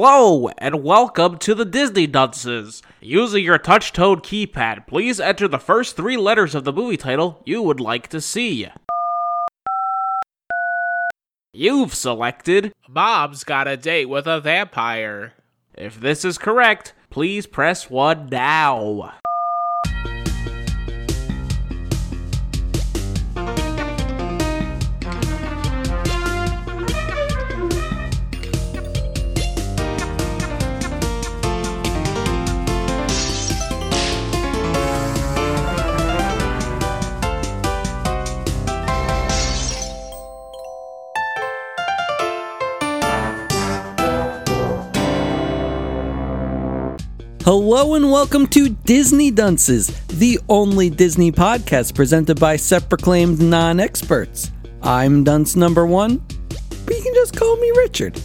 Hello, and welcome to the Disney Dunces. Using your touch tone keypad, please enter the first three letters of the movie title you would like to see. You've selected Mom's got a date with a vampire. If this is correct, please press 1 now. Hello and welcome to Disney Dunces, the only Disney podcast presented by self-proclaimed non-experts. I'm dunce number one, but you can just call me Richard.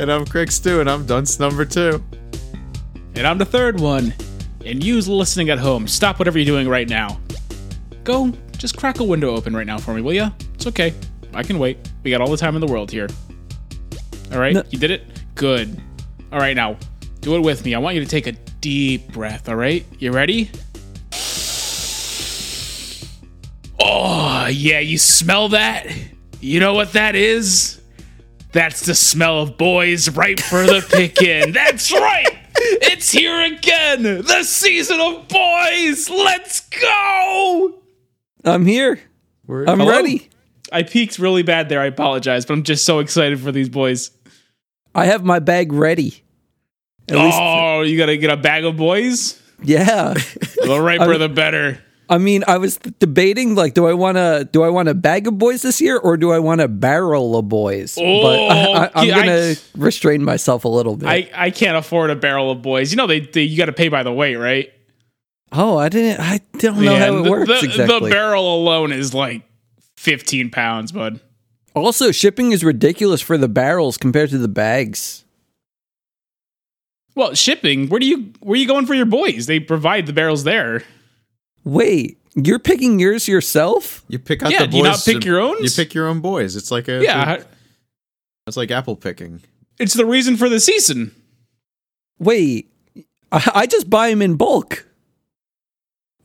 And I'm Crick Stew, and I'm dunce number two. And I'm the third one. And you listening at home, stop whatever you're doing right now. Go, just crack a window open right now for me, will ya? It's okay. I can wait. We got all the time in the world here. All right, No- you did it? Good. All right, now, do it with me. I want you to take a deep breath, all right? You ready? Oh, yeah, you smell that? You know what that is? That's the smell of boys ripe for the pickin'. That's right! It's here again! The season of boys! Let's go! I'm here. We're I'm ready. I peaked really bad there. I apologize, but I'm just so excited for these boys. I have my bag ready. At oh, you gotta get a bag of boys? least, yeah. The riper, I'm- the better. I mean, I was debating like, do I want to do I want a bag of boys this year, or do I want a barrel of boys? but I, I, I'm Okay, Oh, I- gonna restrain myself a little bit. I, I can't afford a barrel of boys. You know they, they you gotta pay by the weight, right? oh, I didn't. I don't know Yeah, how it the- works the, exactly. the barrel alone is like 15 pounds, bud. Also, shipping is ridiculous for the barrels compared to the bags. Well, shipping. Where do you where are you going for your boys? They provide the barrels there. Wait, you're picking yours yourself? You pick out Yeah, the boys. do you not pick your own. owns? You pick your own boys. It's like a Yeah, It's like apple picking. it's the reason for the season. Wait, I, I just buy them in bulk.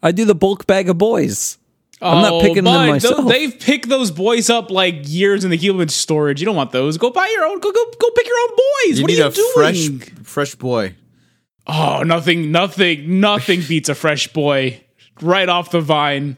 I do the bulk bag of boys. I'm not picking them Oh, bud, th- myself. They've picked those boys up like years in the human storage. You don't want those. Go buy your own. Go go go pick your own boys. you what need are you a doing? fresh, fresh boy. Oh, nothing, nothing, nothing beats a fresh boy right off the vine.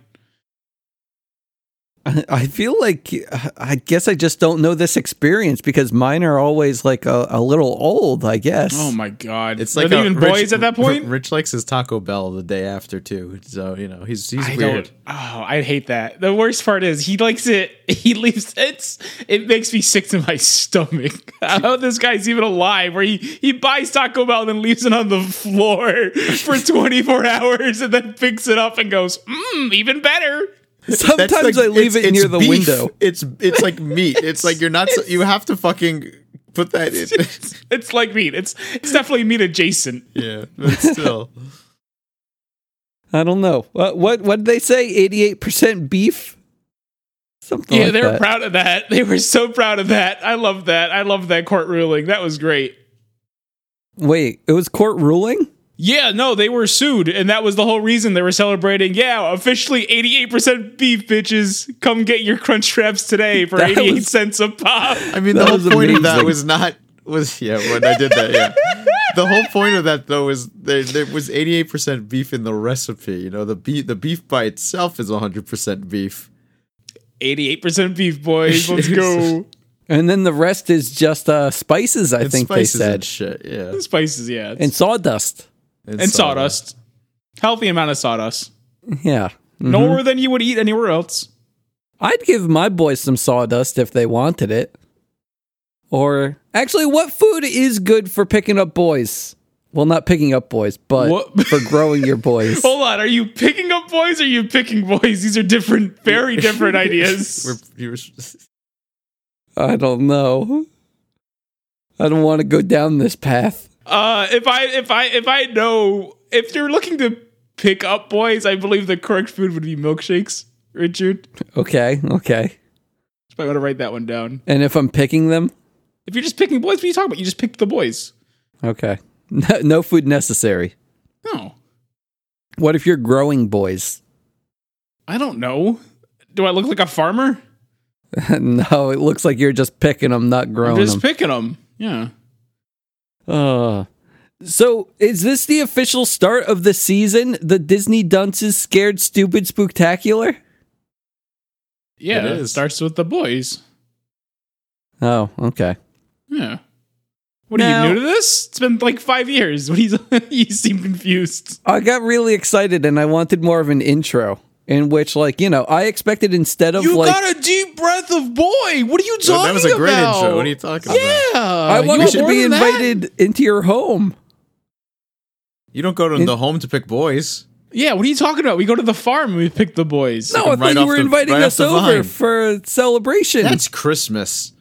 I, I feel like I guess I just don't know this experience because mine are always like a, a little old. I guess. Oh my god, It's like are they a even Rich- boys at that point? Rich likes his Taco Bell the day after too, so you know he's he's I weird. don't. Oh, I hate that. The worst part is he likes it. He leaves. It's. It makes me sick to my stomach. How this guy's even alive? Where he he buys Taco Bell and then leaves it on the floor for 24 hours and then picks it up and goes, mm, even better. That's Sometimes like- I leave it's- it near it's the beef. window. It's it's like meat. It's like you're not. So, you have to fucking put that in. It's like meat. It's it's definitely meat adjacent. yeah, but still. I don't know. What what what did they say? Eighty eight percent beef. Something. Yeah, like they were that. proud of that. They were so proud of that. I love that. I love that court ruling. That was great. Wait, it was court ruling. Yeah, no, they were sued, and that was the whole reason they were celebrating. Yeah, officially 88% beef, bitches. Come get your crunch wraps today for That 88 was- cents a pop. I mean, That the whole was point of that amazing. was not was yeah when I did that. Yeah, the whole point of that though was there there was eighty eight percent beef in the recipe. You know, the beef the beef by itself is one hundred percent beef. 88% beef, boys. Let's go. And then the rest is just uh, spices. I And think they spices said and shit. Yeah, Spices, yeah. it's- and sawdust. and sawdust. Healthy amount of sawdust. Yeah. No more than you would eat anywhere else. I'd give my boys some sawdust if they wanted it. Or actually, what food is good for picking up boys? Well, not picking up boys, but What- Oh. for growing your boys. Hold on. Are you picking up boys or are you picking boys? These are different, very different We're, ideas. you were, I don't know. I don't want to go down this path. Uh, if I if I if I know if you're looking to pick up boys, I believe the correct food would be milkshakes. Richard, Okay, okay. I want to write that one down. And if I'm picking them, If you're just picking boys, what are you talking about? You just picked the boys. Okay. No, no food necessary. No, What if you're growing boys? I don't know. Do I look like a farmer? no, it looks like you're just picking them, not I'm growing just them. picking them. Yeah. Uh, so, is this the official start of the season? The Disney Dunces Scared Stupid Spooktacular? Yeah. It It, is. starts with the boys. Oh, okay. Yeah. What Now- are you new to this? It's been like five years. What do you, you seem confused? I got really excited and I wanted more of an intro in which, like, you know, I expected instead of You like. got a deep breath of boy. What are you talking about? that was a great intro. What are you talking about? Yeah. I You wanted want to more be than that? invited into your home. You don't go to the home to pick boys. Yeah, what are you talking about? We go to the farm and we pick the boys. No, I right thought you off were the- inviting right off us the over vine. for celebration. That's Christmas.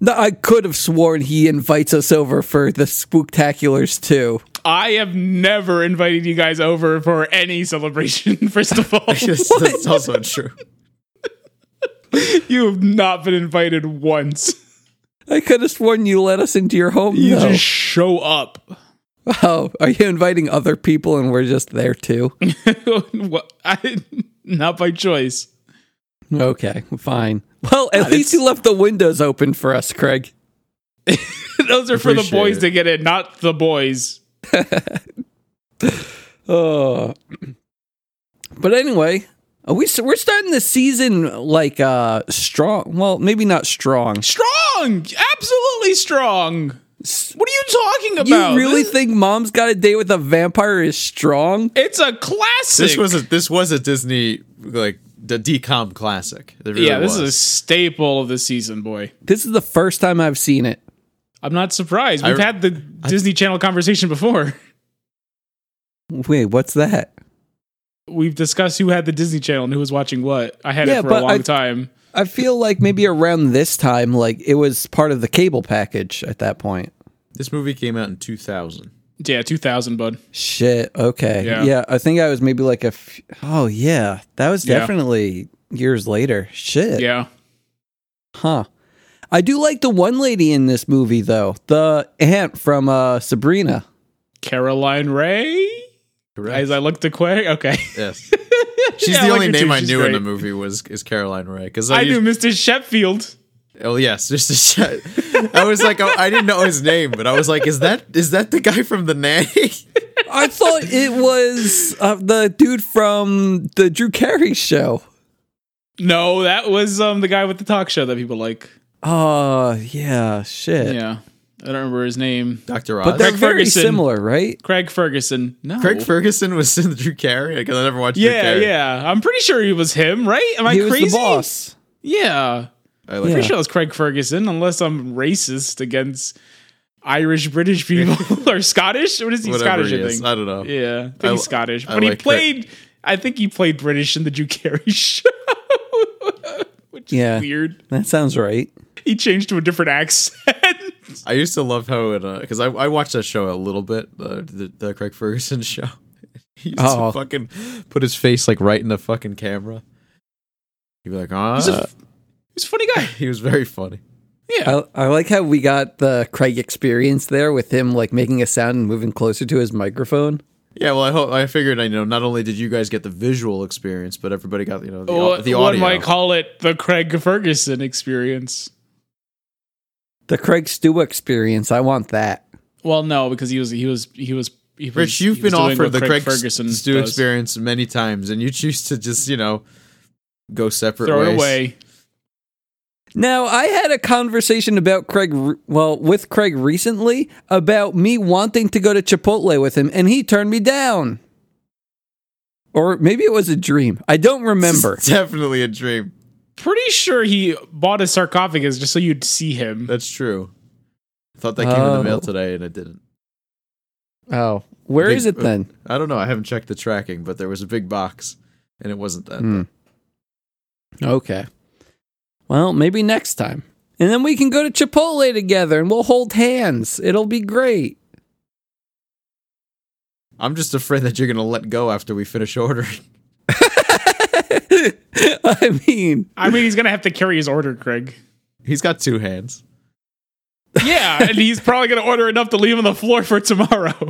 No, I could have sworn he invites us over for the spooktaculars too. I have never invited you guys over for any celebration, first of all. Yes, that's also true. you have not been invited once. I could have sworn you let us into your home. You though. just show up. oh, are you inviting other people and we're just there too? What- I, not by choice. okay, fine. Ah, Well, at least you left the windows open for us, Craig. Those are for the Appreciate boys it. to get in, not the boys. Oh. But anyway, are we we're starting the season like uh strong. Well, maybe not strong. Strong! Absolutely strong! What are you talking about? You really This- think Mom's Got a Date with a Vampire is strong? it's a classic. This was a this was a Disney like the decom classic. It really yeah, this is a was. staple of the season, boy. This is the first time I've seen it. I'm not surprised. We've I- had the Disney Channel conversation before. Wait, what's that? We've discussed who had the Disney Channel and who was watching what. I had Yeah, it for but a long I- time. I feel like maybe around this time, like it was part of the cable package at that point. this movie came out in 2000. Yeah, 2000, bud. Shit. Okay. Yeah. Yeah. I think I was maybe like a. F- oh yeah, that was Yeah. definitely years later. Shit. Yeah. Huh. I do like the one lady in this movie though, the aunt from uh, Sabrina. Caroline Ray? As Correct. I looked away? Okay. yes. She's Yeah, I the like only her too. name I She's knew in the great. movie was is Caroline Ray because I used, knew Mr. Sheffield. Oh yes, just a shot. I was like, oh, I didn't know his name, but I was like, is that is that the guy from the nanny? I thought it was uh, the dude from the Drew Carey show. No, that was um the guy with the talk show that people like. Oh yeah, shit. Yeah. I don't remember his name. Doctor But Oz. they're Craig very Ferguson. similar, right? Craig Ferguson. No. Craig Ferguson was in the Drew Carey because I never watched. Drew Yeah, Carey. yeah. I'm pretty sure he was him, right? Am I he crazy? was the boss. Yeah. I like Yeah. Pretty sure it was Craig Ferguson, unless I'm racist against Irish British people or Scottish. What is he whatever Scottish? he I is. think. I don't know. yeah, I think I- he's Scottish. I But he like Craig- played. I think he played British in the Drew Carey show, which is Yeah. weird. That sounds right. He changed to a different accent. I used to love how it because I, I watched that show a little bit, uh, the the Craig Ferguson show. he used Oh. to fucking put his face like right in the fucking camera. He'd be like, ah, He's a f- he's a funny guy. he was very funny. Yeah, I, I like how we got the Craig experience there with him like making a sound and moving closer to his microphone. Yeah, well, I hope I figured I know. Not only did you guys get the visual experience, but everybody got you know the, au- what, the one audio. might call it the Craig Ferguson experience. The Craig Stewa experience. I want that. Well, no, because he was he was he was. He was Rich, you've he was been doing offered what the Craig, Ferguson Ferguson Stu does. experience many times, and you choose to just you know go separate Throw ways. it away. Now, I had a conversation about Craig, re- well, with Craig recently about me wanting to go to Chipotle with him, and he turned me down. Or maybe it was a dream. I don't remember. It's definitely a dream. pretty sure he bought a sarcophagus just so you'd see him. That's true. I thought that came in the Oh. mail today, and it didn't. Oh, where Big- is it then? I don't know. I haven't checked the tracking, but there was a big box, and it wasn't that. Hmm. Okay. Well, maybe next time. And then we can go to Chipotle together and we'll hold hands. It'll be great. I'm just afraid that you're gonna let go after we finish ordering. I mean, I mean, he's gonna have to carry his order, Craig. He's got two hands. Yeah, and he's probably gonna order enough to leave on the floor for tomorrow.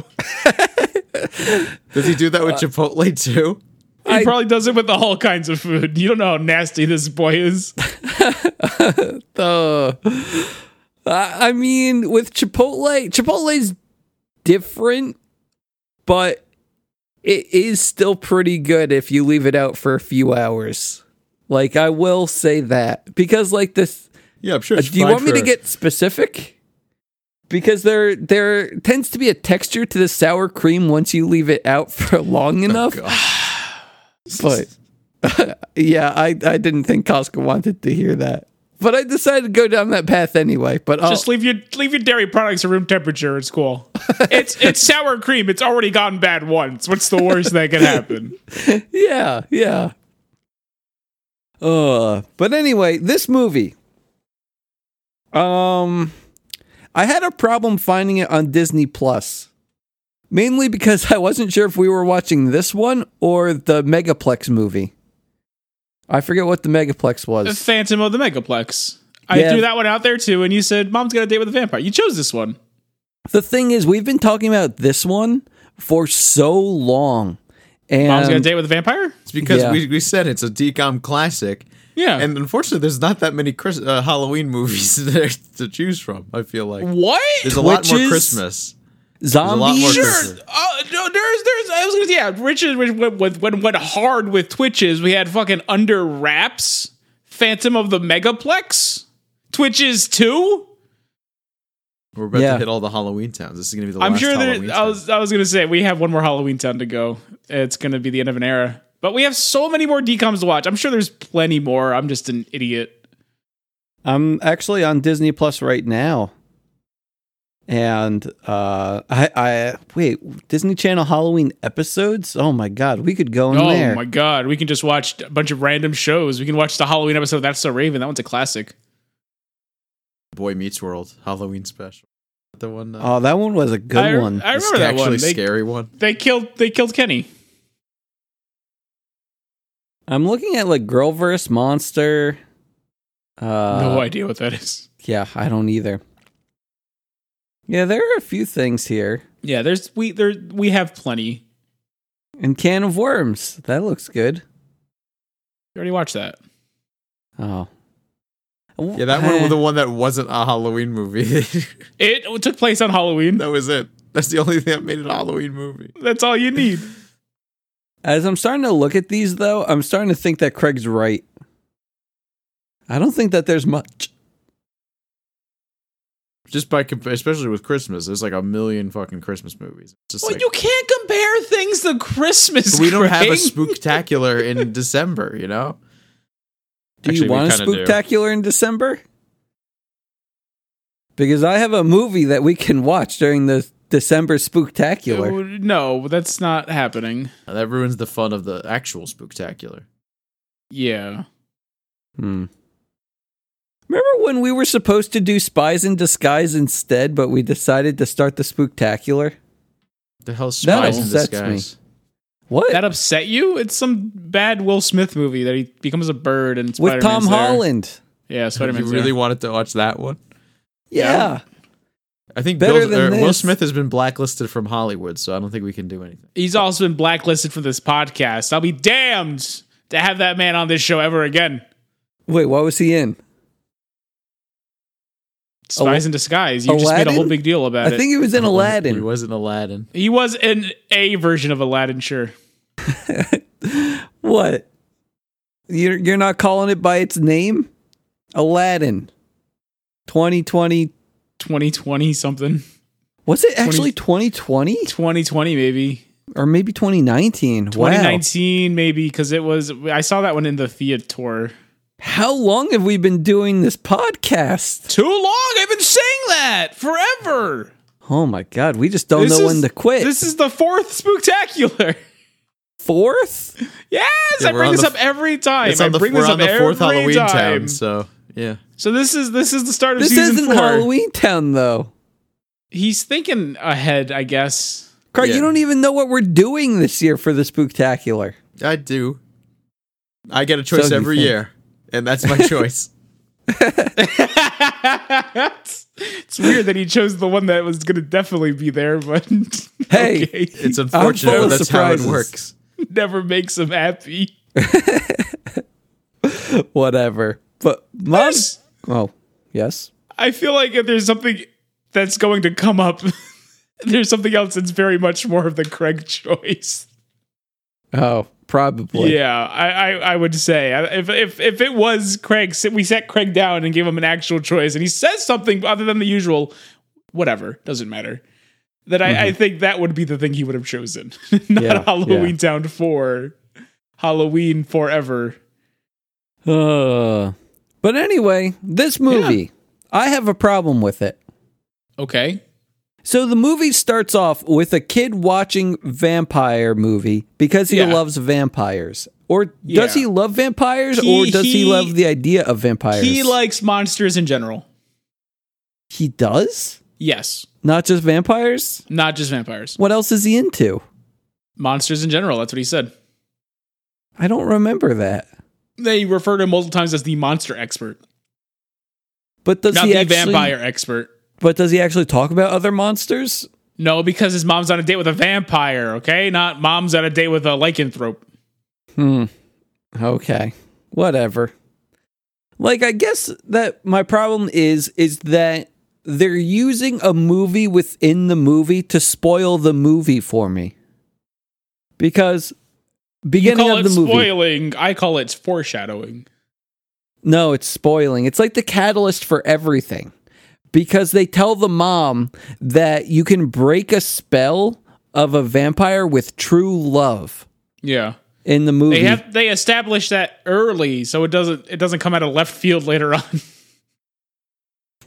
Does he do that Uh, with Chipotle too? He I- probably does it with all kinds of food. You don't know how nasty this boy is. Uh, I I mean, with Chipotle, Chipotle's different, but it is still pretty good if you leave it out for a few hours. Like, I will say that because, like, this. Yeah, I'm sure. it's uh, Do you fine want me to for- get specific? Because there, there tends to be a texture to the sour cream once you leave it out for long enough. But yeah, I, I didn't think Costco wanted to hear that. But I decided to go down that path anyway. But I'll, Just leave your leave your dairy products at room temperature. It's cool. It's it's sour cream. It's already gotten bad once. What's the worst that can happen? yeah, yeah. Uh, but anyway, this movie. Um, I had a problem finding it on Disney Plus, mainly because I wasn't sure if we were watching this one or the Megaplex movie. I forget what the Megaplex The was. Phantom of the Megaplex. I Yeah. threw that one out there too, and you said mom's got a date with a vampire. You chose this one. The thing is, we've been talking about this one for so long, um, and Mom's got a date with a vampire. It's because Yeah. we, we said it's a decom classic. Yeah. And unfortunately, there's not that many Chris, uh, Halloween movies there to choose from. I feel like what? there's a lot more Twitches? Christmas. zombies. lot more Sure. Oh no, there's, there's. I was gonna. Yeah, Richard Rich went, went, went, went hard with Twitches. We had fucking under wraps, Phantom of the Megaplex, Twitches two. We're about Yeah. to hit all the Halloween towns. This is gonna be the I'm last sure Halloween. that I was. I was gonna say we have one more Halloween town to go. It's gonna be the end of an era, but we have so many more decoms to watch. I'm sure there's plenty more. I'm just an idiot. I'm actually on Disney Plus right now. And uh I I wait, Disney Channel Halloween episodes? Oh my god, we could go in oh there. my god, we can just watch a bunch of random shows. We can watch the Halloween episode of That's So Raven. That one's a classic. Boy Meets World Halloween special. The one. Uh, oh, that one was a good I, one. I remember that actually one. They, scary one. they killed. They killed Kenny. I'm looking at like Girl vs. Monster. Uh no idea what that is. yeah, I don't either. Yeah, there are a few things here. Yeah, there's we there we have plenty. And Can of Worms. That looks good. You already watched that. Oh. Yeah, that one was the one that wasn't a Halloween movie. It took place on Halloween. that was it. That's the only thing that made it a Halloween movie. That's all you need. As I'm starting to look at these, though, I'm starting to think that Craig's right. I don't think that there's much. Just by compa- especially with Christmas, there's like a million fucking Christmas movies. It's Just Well, like, you can't compare things to Christmas. we don't have a Craig. spooktacular in December, you know? Do Actually, you we want a kinda do. spooktacular in December? Because I have a movie that we can watch during the December spooktacular. No, that's not happening. Now, that ruins the fun of the actual spooktacular. Yeah. Hmm. Remember when we were supposed to do Spies in Disguise instead, but we decided to start the spooktacular? The hell's That spies in upsets me. disguise? What? That upset you? It's some bad Will Smith movie that he becomes a bird and Spider-Man's With Tom there. Holland. Yeah, Spider You Man's really wanted to watch that one? Yeah. I think Better Bill's- than or Will this. Smith has been blacklisted from Hollywood, so I don't think we can do anything. He's also been blacklisted from this podcast. I'll be damned to have that man on this show ever again. Wait, what was he in? Spies in disguise. You just made a Aladdin? whole big deal about I it. think he was in He Aladdin. wasn't Aladdin. He was in a version of Aladdin, sure. What? You're you're not calling it by its name? Aladdin. 2020. 2020 something. Was it actually 2020 2020 maybe. or maybe 2019? Wow. 2019 maybe because it was I saw that one in the theater. How long have we been doing this podcast? Too long. I've been saying that forever. Oh my god, we just don't know when to quit. This is the fourth spectacular. fourth? Yes, Yeah, I we're bring on this the- up every time. It's I on the, bring we're this on up the every fourth Halloween time. town, so yeah. So this is this is the start of This season isn't four. Halloween Town though. He's thinking ahead, I guess. Craig, you Yeah. don't even know what we're doing this year for the spooktacular. I do. I get a choice So you every think. year, and that's my choice. That's It's weird that he chose the one that was going to definitely be there, but Hey, It's unfortunate, full but of that's surprises. how it works. never makes him happy. whatever. But mom. There's- Oh, yes. I feel like if there's something that's going to come up, there's something else that's very much more of the Craig choice. Oh, probably. Yeah, I, I, I would say I- if, if if it was Craig, si- we sat Craig down and gave him an actual choice, and he says something other than the usual, whatever doesn't matter. That I, I think that would be the thing he would have chosen, not Mm-hmm. Yeah, Halloween yeah. Town Four, Halloween Forever. Uh, but anyway, this movie, I have a problem with it. Okay, So the movie starts off with a kid watching vampire movie because he Yeah. loves vampires. Or does Yeah. he love vampires He- or does he, he- love the idea of vampires? he likes monsters in general. He does? Yes, Not just vampires? not just vampires. What else is he into? Monsters in general. That's what he said. I don't remember that. They refer to him multiple times as the monster expert, But does not he the actually, vampire expert. But does he actually talk about other monsters? No, because his mom's on a date with a vampire, okay? Not mom's on a date with a lycanthrope. Hmm. Okay. Whatever. Like I guess that my problem is is that they're using a movie within the movie to spoil the movie for me. Because You beginning call of it the movie. spoiling. I call it foreshadowing. No, it's spoiling. It's like the catalyst for everything. Because they tell the mom that you can break a spell of a vampire with true love Yeah. in the movie. They have they establish that early so it doesn't it doesn't come out of left field later on.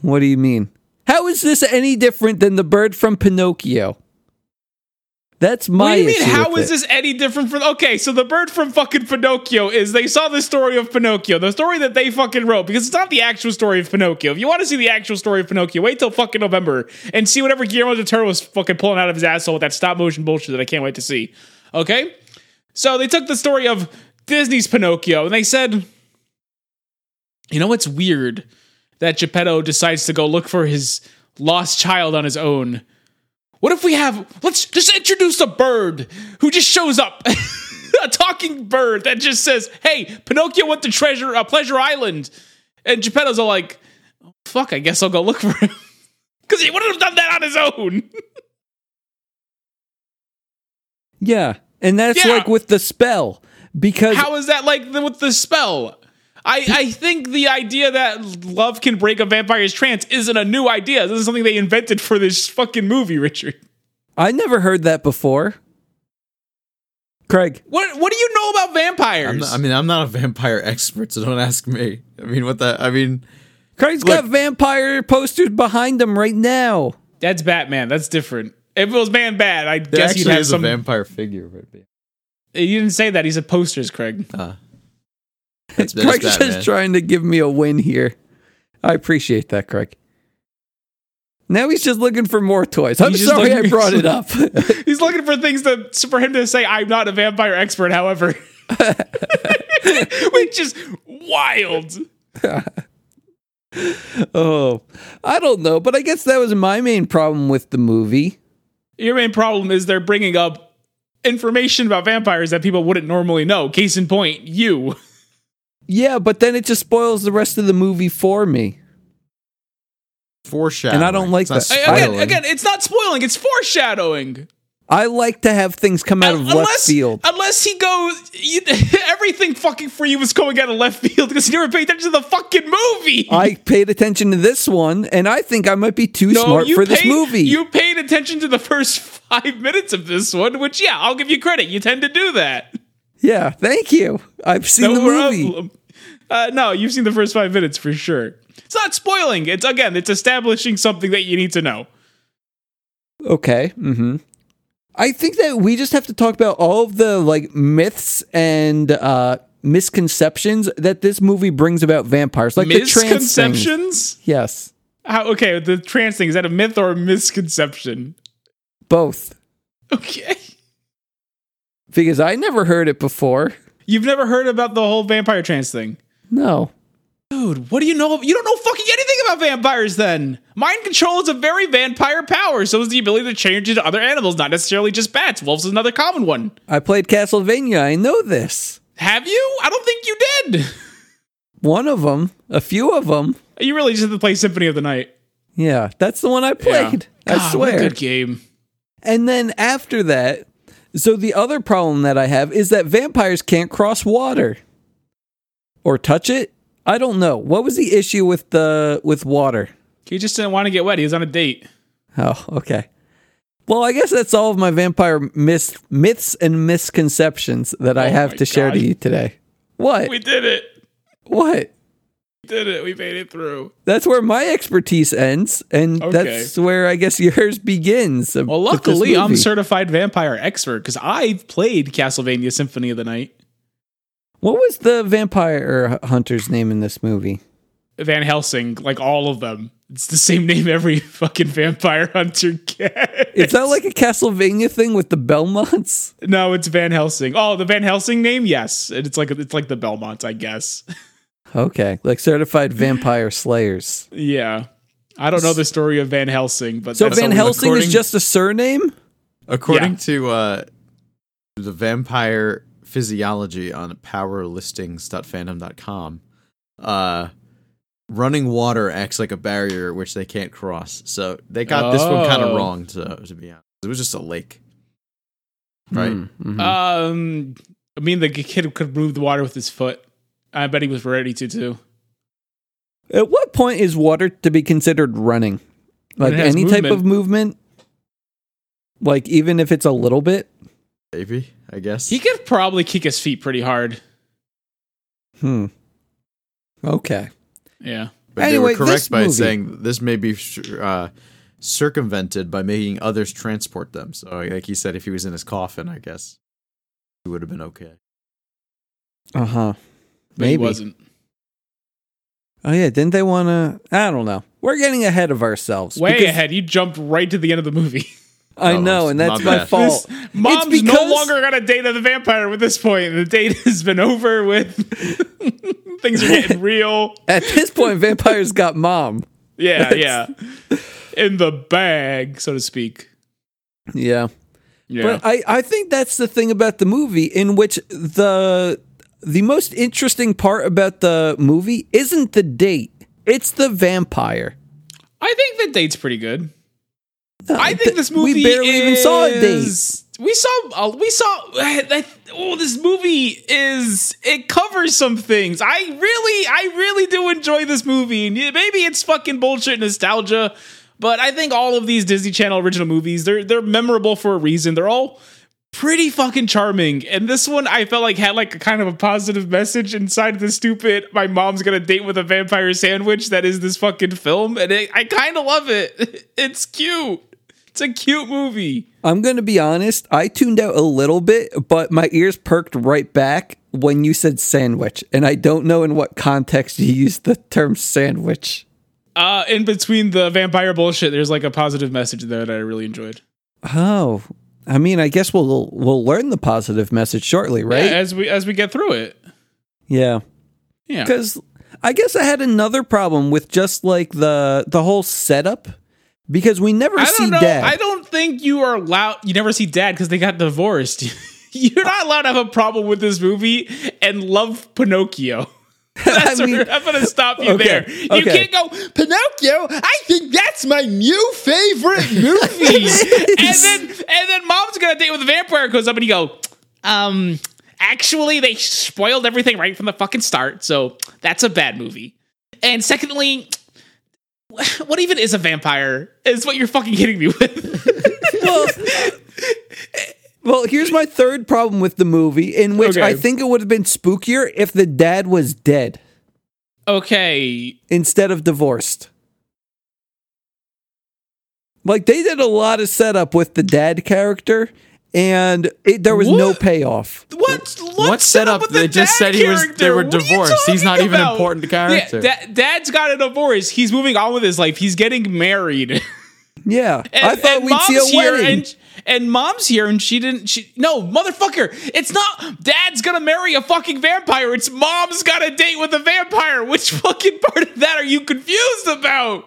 What do you mean? How is this any different than the bird from Pinocchio? That's my what do you mean? issue How with is it. this any different from Okay, so the bird from fucking Pinocchio is they saw the story of Pinocchio, the story that they fucking wrote, because it's not the actual story of Pinocchio. If you want to see the actual story of Pinocchio, wait till fucking November and see whatever Guillermo del Toro was fucking pulling out of his asshole with that stop motion bullshit that I can't wait to see. Okay? So they took the story of Disney's Pinocchio and they said, you know what's weird? That Geppetto decides to go look for his lost child on his own. What if we have, let's just introduce a bird who just shows up. a talking bird that just says, hey, Pinocchio went to treasure, uh, Pleasure Island. And Geppetto's all like, fuck, I guess I'll go look for him. Because he wouldn't have done that on his own. Yeah, and that's Yeah. like with the spell because How is that like the, with the spell? I, I think the idea that love can break a vampire's trance isn't a new idea. This is something they invented for this fucking movie, Richard. I never heard that before. Craig, What what do you know about vampires? I'm not- I mean, I'm not a vampire expert, so don't ask me. I mean, what the? I mean, Craig's got vampire posters behind him right now. That's Batman. That's different. If it was Man Bat, I there guess you'd actually have is some. a vampire figure. But you didn't say that. He's a posters, Craig. that's, that's Craig's Batman. just trying to give me a win here. I appreciate that, Craig. Now he's just looking for more toys. I'm He's just sorry I looking- brought it up. He's looking for things to for him to say. I'm not a vampire expert, however, which is wild. Oh, I don't know, but I guess that was my main problem with the movie. Your main problem is they're bringing up information about vampires that people wouldn't normally know. Case in point, you. Yeah, but then it just spoils the rest of the movie for me. foreshadowing. And I don't like It's not that. Again, spoiling. again, it's not spoiling. It's foreshadowing. I like to have things come out of left field. Oh, Unless he goes, you, everything fucking for you was going out of left field because you never paid attention to the fucking movie. I paid attention to this one, and I think I might be too smart for this paid- movie. You paid attention to the first five minutes of this one, which yeah, I'll give you credit. You tend to do that. yeah, thank you. I've seen No, the we're- movie. uh, no, you've seen the first five minutes for sure. It's not spoiling. It's again, it's establishing something that you need to know. Okay. Mm-hmm. I think that we just have to talk about all of the like myths and uh, misconceptions that this movie brings about vampires, like the trans thing. misconceptions. Yes, How, okay, the trans thing is that a myth or a misconception? both. Okay, Because I never heard it before. you've never heard about the whole vampire trans thing. No. Dude, what do you know? You don't know fucking anything about vampires then. Mind control is a very vampire power, so is the ability to change into other animals, not necessarily just bats. Wolves is another common one. I played Castlevania. I know this. Have you? I don't think you did. One of them, a few of them. You really just have to play Symphony of the Night. Yeah, that's the one I played. I God, what a swear. good game. And then after that, so the other problem that I have is that vampires can't cross water or touch it. I don't know. What was the issue with the with water? He just didn't want to get wet. He was on a date. Oh, okay. Well, I guess that's all of my vampire myths, myths and misconceptions that I Oh have my to share to God. you today. What? We did it. What? We did it. We made it through. That's where my expertise ends, and Okay. that's where I guess yours begins. Well, luckily, I'm certified vampire expert because I've played Castlevania Symphony of the Night. What was the vampire hunter's name in this movie? Van Helsing, like all of them. It's the same name every fucking vampire hunter gets. Is that like a Castlevania thing with the Belmonts? no, it's Van Helsing. Oh, the Van Helsing name, yes. And it's like it's like the Belmonts, I guess. Okay, like certified vampire slayers. yeah, I don't know the story of Van Helsing, but So that's Van all- Helsing according- is just a surname? According Yeah. to uh, the vampire physiology on powerlistings.fandom.com, uh, running water acts like a barrier which they can't cross. So they got this one kind Oh. of wrong, to, to be honest. It was just a lake. Right? Hmm. Hmm. Mm-hmm. Um, I mean, the kid could move the water with his foot. I bet he was ready to too. At what point is water to be considered running? When Like it has any type of movement? Like even if it's a little bit? Maybe, I guess. He could probably kick his feet pretty hard. Hmm. Okay. Yeah. But Anyway, they were correct this by movie- saying this may be uh, circumvented by making others transport them. So, like he said, if he was in his coffin, I guess he would have been okay. Uh huh. But he Maybe. wasn't. Oh yeah, didn't they want to? I don't know. We're getting ahead of ourselves. Way because- ahead. You jumped right to the end of the movie. I Oh, know, and my that's my bad. fault. This- mom's no because- longer going to date of the vampire at this point. The date has been over with. Things are getting real. At this point, vampires got mom. Yeah, yeah. In the bag, so to speak. Yeah. Yeah. But I, I think that's the thing about the movie in which the the most interesting part about the movie isn't the date. It's the vampire. I think the date's pretty good. No, I think th- this movie We barely even saw a date. is- We saw uh, we saw that oh this movie is it covers some things. I really I really do enjoy this movie. And yeah, Maybe it's fucking bullshit nostalgia, but I think all of these Disney Channel original movies they're they're memorable for a reason. They're all pretty fucking charming. And this one I felt like had like a kind of a positive message inside the stupid my mom's gonna date with a vampire sandwich that is this fucking film. And it, I kind of love it. It's cute. It's a cute movie. I'm going to be honest. I tuned out a little bit, but my ears perked right back when you said sandwich. And I don't know in what context you used the term sandwich. Uh, in between the vampire bullshit, there's like a positive message there that I really enjoyed. Oh, I mean, I guess we'll we'll learn the positive message shortly, right? Yeah, as we as we get through it. Yeah. Yeah. Cuz I guess I had another problem with just like the the whole setup because we never I see don't know. dad. I don't think you are allowed. You never see dad because they got divorced. You're not allowed to have a problem with this movie and love Pinocchio. That's I mean- where- I'm gonna stop you Okay, there. You okay. can't go Pinocchio. I think that's my new favorite movie. and then and then mom's gonna date with a vampire goes up and you go, um, actually they spoiled everything right from the fucking start, so that's a bad movie. And secondly, what even is a vampire? Is what you're fucking hitting me with. well, well, here's my third problem with the movie in which Okay. I think it would have been spookier if the dad was dead okay. instead of divorced. Like they did a lot of setup with the dad character and it, there was no What? payoff. What? What setup? with the They just dad said he was- they character? were What are you divorced. He's not talking even about? important character. Yeah, da- dad's got a divorce. He's moving on with his life. He's getting married. Yeah. I thought we'd see a here, wedding. and, and mom's here and she didn't she no motherfucker it's not dad's gonna marry a fucking vampire it's mom's got a date with a vampire which fucking part of that are you confused about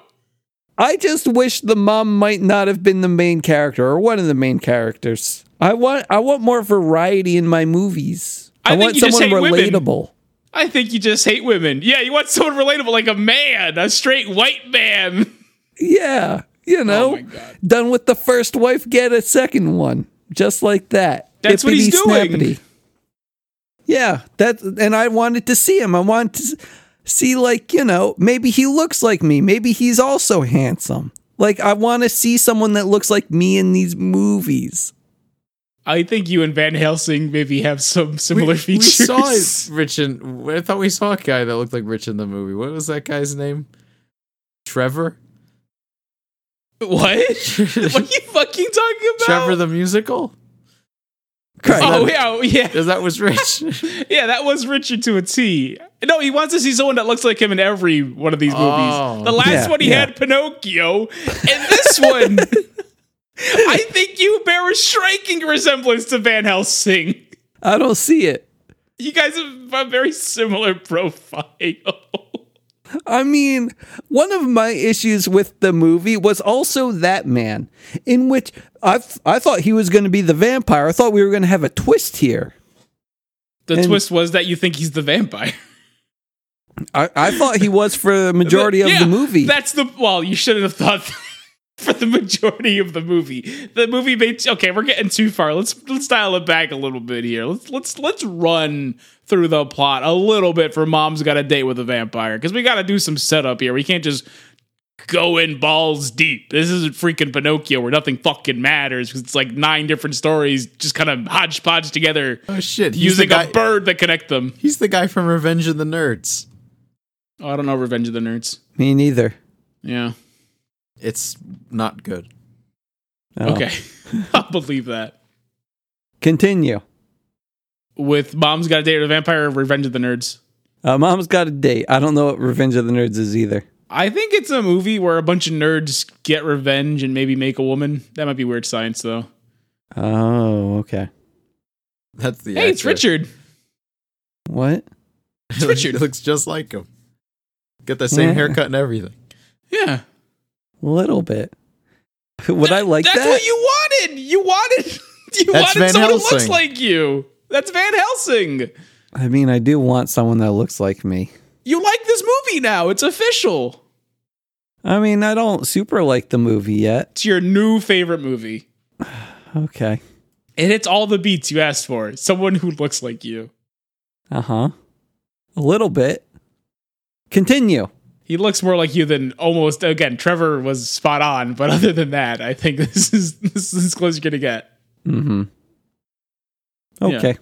I just wish the mom might not have been the main character or one of the main characters. I want I want more variety in my movies. I I, think want you just someone hate women. relatable. I think you just hate women. Yeah, you want someone relatable, like a man, a straight white man. Yeah, you know, Oh my God. done with the first wife, get a second one, just like that. That's what he's doing. Ippity-snappity. Yeah, that, and I wanted to see him. I wanted to s- see, like, you know, maybe he looks like me. Maybe he's also handsome. Like, I want to see someone that looks like me in these movies. I think you and Van Helsing maybe have some similar we features. saw it, Rich and I thought we saw a guy that looked like Rich in the movie. What was that guy's name? Trevor? What? what are you fucking talking about? Trevor the musical? Correct. Oh yeah, yeah, 'Cause that was Rich. yeah. That was Richard to a T. No, he wants to see someone that looks like him in every one of these Oh. movies. The last Yeah, one he yeah. had Pinocchio, and this one, I think you bear a striking resemblance to Van Helsing. I don't see it. You guys have a very similar profile. I mean, one of my issues with the movie was also that man, in which I I thought he was going to be the vampire. I thought we were going to have a twist here. The And- twist was that you think he's the vampire. I, I thought he was for the majority of Yeah, the movie. That's the well. You shouldn't have thought for the majority of the movie. The movie made okay. We're getting too far. Let's let's dial it back a little bit here. Let's let's let's run through the plot a little bit for Mom's Got a Date with a Vampire because we got to do some setup here. We can't just go in balls deep. This isn't freaking Pinocchio where nothing fucking matters 'cause it's like nine different stories just kind of hodgepodge together. oh shit. He's Using the guy, a bird that connect them. He's the guy from Revenge of the Nerds. Oh, I don't know. Revenge of the Nerds. Me neither. Yeah. It's not good. Oh. Okay. I'll believe that. Continue. With Mom's Got a Date with a Vampire, Revenge of the Nerds. Uh, Mom's got a date. I don't know what Revenge of the Nerds is either. I think it's a movie where a bunch of nerds get revenge and maybe make a woman. That might be weird science, though. Oh, okay. That's the hey, it's actor. Richard. What? It's Richard. It looks just like him. Got the same Yeah. haircut and everything. Yeah. Little bit. Would I like That's that? what you wanted. You wanted That's you wanted Van someone who looks Helsing. like you. That's Van Helsing. I mean, I do want someone that looks like me. You like this movie now. It's official. I mean, I don't super like the movie yet. It's your new favorite movie. Okay. It hits all the beats you asked for. Someone who looks like you. Uh huh. A little bit. Continue. He looks more like you than almost again. Trevor was spot on, but other than that, I think this is this is as close as you're gonna get. Mm-hmm. Yeah. Okay.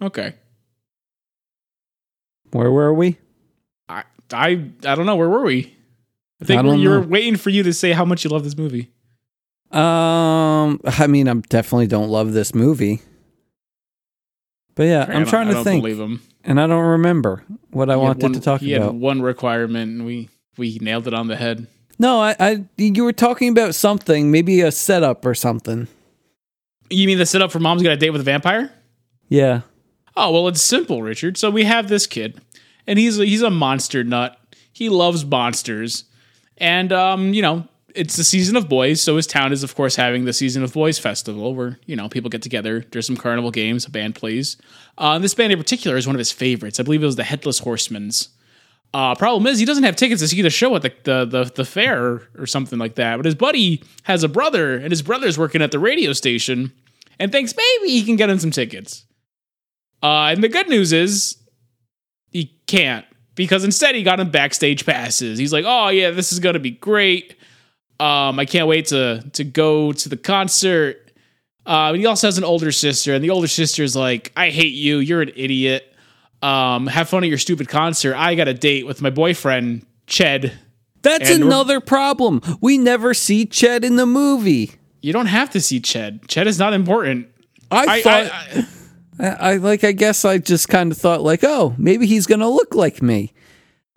Okay, Where were we? I I I don't know where were we. I think I don't you were know. waiting for you to say how much you love this movie. Um, I mean, I definitely don't love this movie. But yeah, I I'm don't- trying I to don't think, Believe him. and I don't remember what I He had wanted one- to talk he about. had one requirement, and we we nailed it on the head. No, I, I, you were talking about something, maybe a setup or something. You mean the setup for Mom's Got a Date with a Vampire? Yeah. Oh well, it's simple, Richard. So we have this kid, and he's a, he's a monster nut. He loves monsters, and um, you know, it's the season of boys. So his town is, of course, having the season of boys festival, where you know people get together. There's some carnival games, a band plays. Uh, this band in particular is one of his favorites. I believe it was the Headless Horsemen's. Uh, problem is, he doesn't have tickets to see the show at the, the, the, the fair or something like that. But his buddy has a brother, and his brother's working at the radio station and thinks maybe he can get him some tickets. Uh, and the good news is he can't because instead he got him backstage passes. He's like, "Oh yeah, this is gonna be great. Um, I can't wait to to go to the concert." Uh, he also has an older sister, and the older sister's like, "I hate you. You're an idiot. Um, have fun at your stupid concert. I got a date with my boyfriend Ched. That's And we're- another problem. We never see Chet in the movie. You don't have to see Ched. Ched is not important." I, I, thought, I, I, I like I guess I just kind of thought like, oh, maybe he's gonna look like me.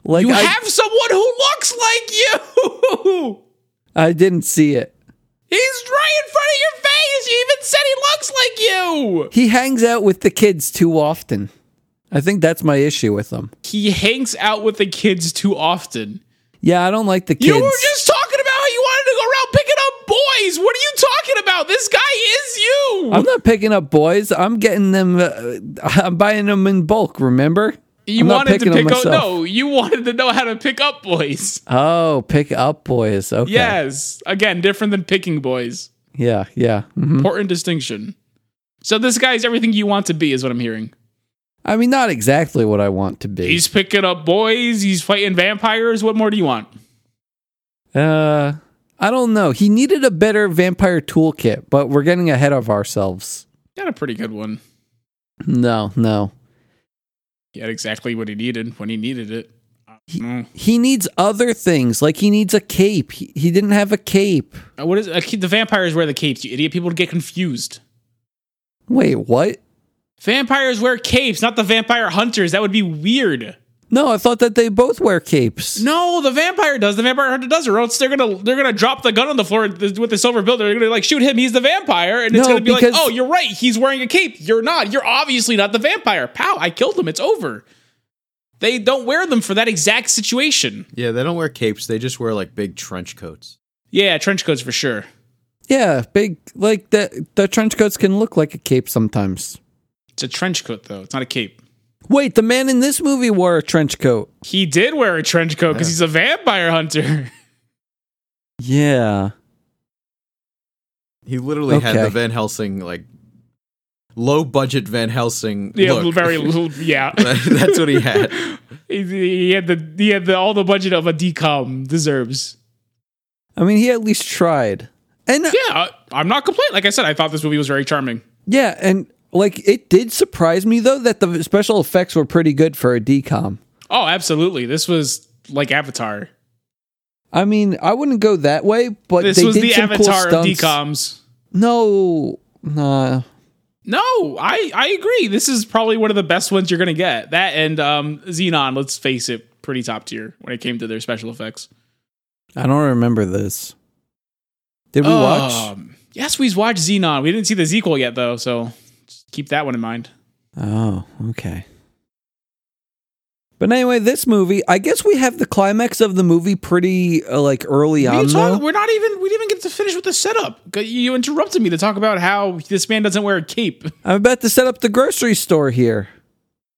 Like you I, have someone who looks like you. I didn't see it. He's right in front of your face. You No, He hangs out with the kids too often. I think that's my issue with him. he hangs out with the kids too often. Yeah, I don't like the kids. You were just talking about how you wanted to go around picking up boys. What are you talking about? This guy is you. I'm not picking up boys. I'm getting them. Uh, I'm buying them in bulk. Remember? you I'm not wanted to picking pick them up. myself. No, you wanted to know how to pick up boys. Oh, pick up boys. Okay. Yes. Again, different than picking boys. Yeah. Yeah. Mhm. Important distinction. So this guy's everything you want to be, is what I'm hearing. I mean, not exactly what I want to be. He's picking up boys. He's fighting vampires. What more do you want? Uh, I don't know. He needed a better vampire toolkit, but we're getting ahead of ourselves. Got a pretty good one. No, no. He had exactly what he needed when he needed it. Mm. He needs other things. Like he needs a cape. He, he didn't have a cape. Uh, What is uh, the vampires wear the capes? You idiot! People get confused. Wait, what? Vampires wear capes, not the vampire hunters. That would be weird. No, I thought that they both wear capes. No, the vampire does. The vampire hunter does, or else they're gonna they're gonna drop the gun on the floor th- with the silver builder. They're gonna like shoot him. He's the vampire, and it's No, gonna be like, because- oh, you're right. He's wearing a cape. You're not. You're obviously not the vampire. Pow! I killed him. It's over. They don't wear them for that exact situation. Yeah, they don't wear capes. They just wear like big trench coats. Yeah, trench coats for sure. Yeah, big like the the trench coats can look like a cape sometimes. It's a trench coat though. It's not a cape. Wait, the man in this movie wore a trench coat. He did wear a trench coat because he's a vampire hunter. Yeah. He literally had Okay. the Van Helsing like low budget Van Helsing. yeah, look. very little. Yeah. That's what he had. He- he had the he had the, all the budget of a decom deserves. I mean, he at least tried. And yeah. Yeah, I, am not complaining. Like I said, I thought this movie was very charming. and like it did surprise me though that the special effects were pretty good for a decom. Oh, absolutely. This was like Avatar. I mean, I wouldn't go that way, but This they was did the some Avatar cool of stunts. decoms. No, nah. No, I I agree. This is probably one of the best ones you're gonna get. That and um Xenon. Let's face it, pretty top tier when it came to their special effects. I don't remember this. Did we watch? Um, yes, we watched Xenon. We didn't see the sequel yet though, so just keep that one in mind. Oh, okay. But anyway, this movie, I guess we have the climax of the movie pretty uh, like early What are on you though. talking- we're not even we didn't even get to finish with the setup. You- You interrupted me to talk about how this man doesn't wear a cape. I'm about to set up the grocery store here.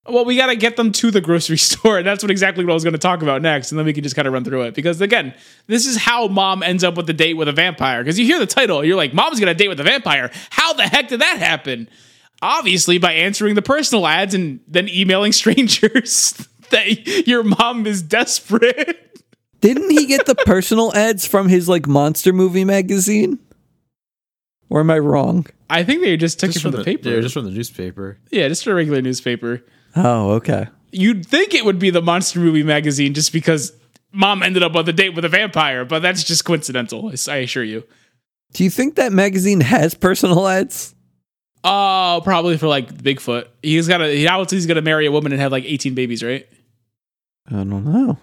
Well, we got to get them to the grocery store. That's what exactly what I was going to talk about next, and then we can just kind of run through it because again, this is how mom ends up with the date with a vampire. Because you hear the title, you're like, "Mom's going to date with a vampire." How the heck did that happen? Obviously, by answering the personal ads and then emailing strangers that your mom is desperate. Didn't he get the personal ads from his like monster movie magazine? Or am I wrong? I think they just took it from, the, paper. Yeah, just from the newspaper. yeah, just a regular newspaper. Oh, okay. You'd think it would be the Monster Movie magazine just because mom ended up on the date with a vampire, but that's just coincidental, I s- I assure you. Do you think that magazine has personal ads? Oh, probably for like Bigfoot. He's got a. How else he's gonna marry a woman and have like eighteen babies, right? I don't know.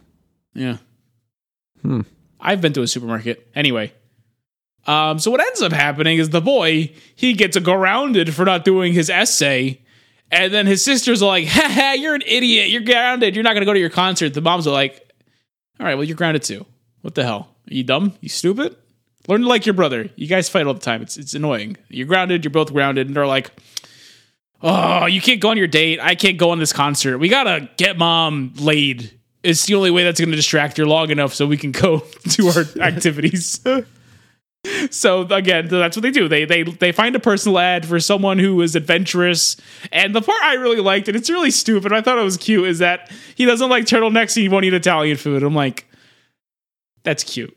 Yeah. Hmm. I've been to a supermarket. Anyway. Um, so what ends up happening is the boy, he gets grounded for not doing his essay. And then his sisters are like, ha ha, you're an idiot. You're grounded. You're not gonna go to your concert. The moms are like, All right, well, you're grounded too. What the hell? Are you dumb? You stupid? Learn to like your brother. You guys fight all the time. It's it's annoying. You're grounded, you're both grounded, and they're like, Oh, you can't go on your date. I can't go on this concert. We gotta get mom laid. It's the only way that's gonna distract her long enough so we can go to our activities. so again, that's what they do. They they they find a personal ad for someone who is adventurous. And the part I really liked, and it's really stupid, but I thought it was cute, is that he doesn't like turtlenecks and he won't eat Italian food. I'm like, that's cute.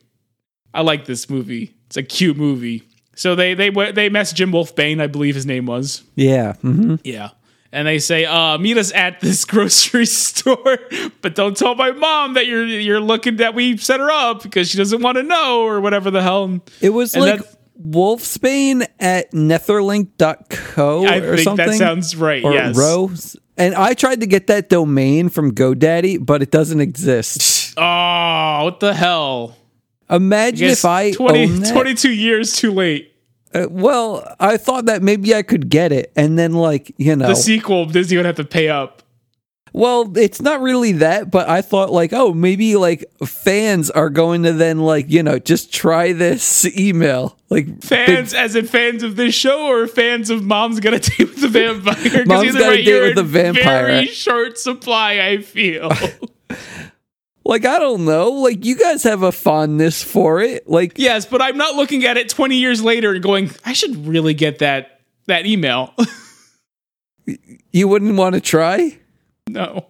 I like this movie. It's a cute movie. So they they went- they messed Jim Wolfbane, I believe his name was. Yeah. hmm Yeah. And they say, uh, meet us at this grocery store, but don't tell my mom that you're you're looking that we set her up because she doesn't want to know or whatever the hell. It was And like that's- Wolfsbane at netherlink.co I or think something. that sounds right. or yes. Rose. And I tried to get that domain from GoDaddy, but it doesn't exist. Oh, what the hell? Imagine if I 20, owned that. 22 years too late. Uh, well, I thought that maybe I could get it, and then like you know, The sequel, Disney would have to pay up. well, it's not really that, but I thought like, oh, maybe like fans are going to then like you know just try this email, like Fans, as in fans of this show, or fans of Mom's Gotta Date with the Vampire? 'Cause Mom's either Gotta way, Date you're with in the Vampire. Very short supply, I feel. like I don't know, like you guys have a fondness for it, like yes, but I'm not looking at it 20 years later and going, I should really get that that email. you wouldn't want to try. no,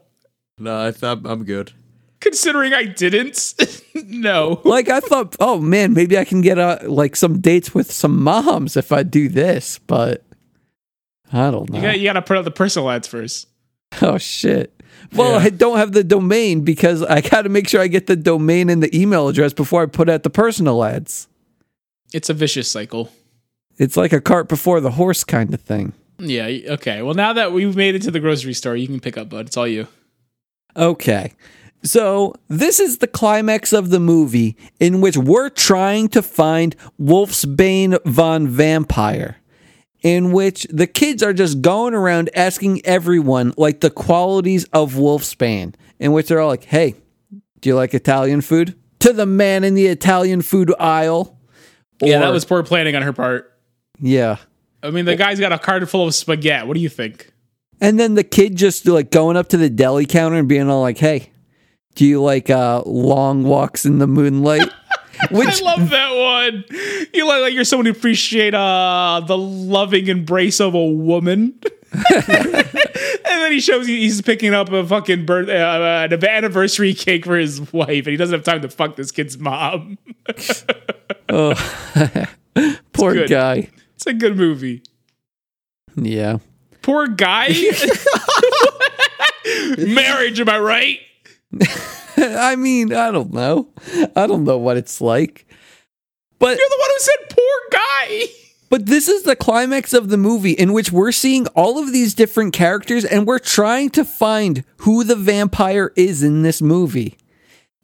No, I thought I'm good. considering I didn't. no. Like I thought, oh man, maybe I can get uh, like some dates with some moms if I do this, but I don't know. You gotta, you gotta put out the personal ads first. Oh shit. Well, Yeah. I don't have the domain because I got to make sure I get the domain and the email address before I put out the personal ads. It's a vicious cycle. It's like a cart before the horse kind of thing. Yeah. y- Okay. Well, now that we've made it to the grocery store, you can pick up, bud. It's all you. Okay. So, this is the climax of the movie in which we're trying to find Wolfsbane von Vampire, in which the kids are just going around asking everyone like the qualities of Wolfsbane, in which they're all like, "Hey, do you like Italian food?" To the man in the Italian food aisle. yeah, that Or- was poor planning on her part. yeah. I mean, the guy's got a card full of spaghetti. What do you think? And then the kid just like going up to the deli counter and being all like, "Hey, do you like uh, long walks in the moonlight?" I Which love that one. You look like you're someone who appreciate uh, the loving embrace of a woman. and then he shows you he's picking up a fucking birth, uh, uh, an anniversary cake for his wife, and he doesn't have time to fuck this kid's mom. Oh. poor good. guy. It's a good movie. Yeah. Poor guy. Marriage, am I right? I mean, I don't know. I don't know what it's like. But You're the one who said poor guy. but this is the climax of the movie in which we're seeing all of these different characters and we're trying to find who the vampire is in this movie.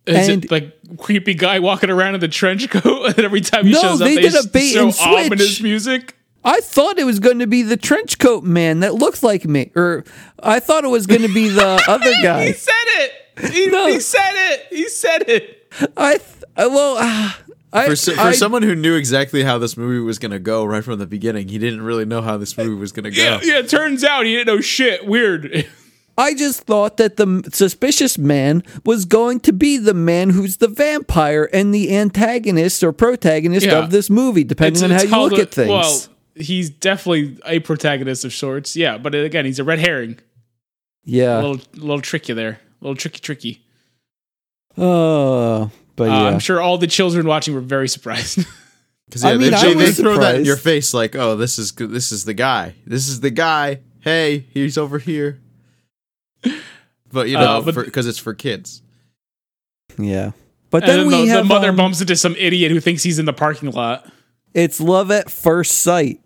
Is And- it like creepy guy walking around in the trench coat? and every time he No, shows up, they they, did a s- bait show and switch. ominous music. I thought it was going to be the trench coat man that looked like me or I thought it was going to be the other He guy. said it. He, No. he said it. He said it. I th- well ah, I For, so, for I- someone who knew exactly how this movie was going to go right from the beginning, he didn't really know how this movie was going to go. Yeah. yeah, it turns out he didn't know shit. Weird. I just thought that the m- suspicious man was going to be the man who's the vampire and the antagonist or protagonist Yeah. of this movie, depending on how you called look a- at things. Well, he's definitely a protagonist of sorts. Yeah, but again, he's a red herring. yeah. A little, little tricky there. A little tricky, tricky. oh, but Uh, yeah. I'm sure all the children watching were very surprised. Because yeah, I mean, they, I they- they was throw that in your surprised. face, like, "Oh, this is good. This is the guy. This is the guy. Hey, he's over here." But you Uh, know, but- because it's for kids. yeah. But and then, then we the, have the mother um, bumps into some idiot who thinks he's in the parking lot. it's love at first sight,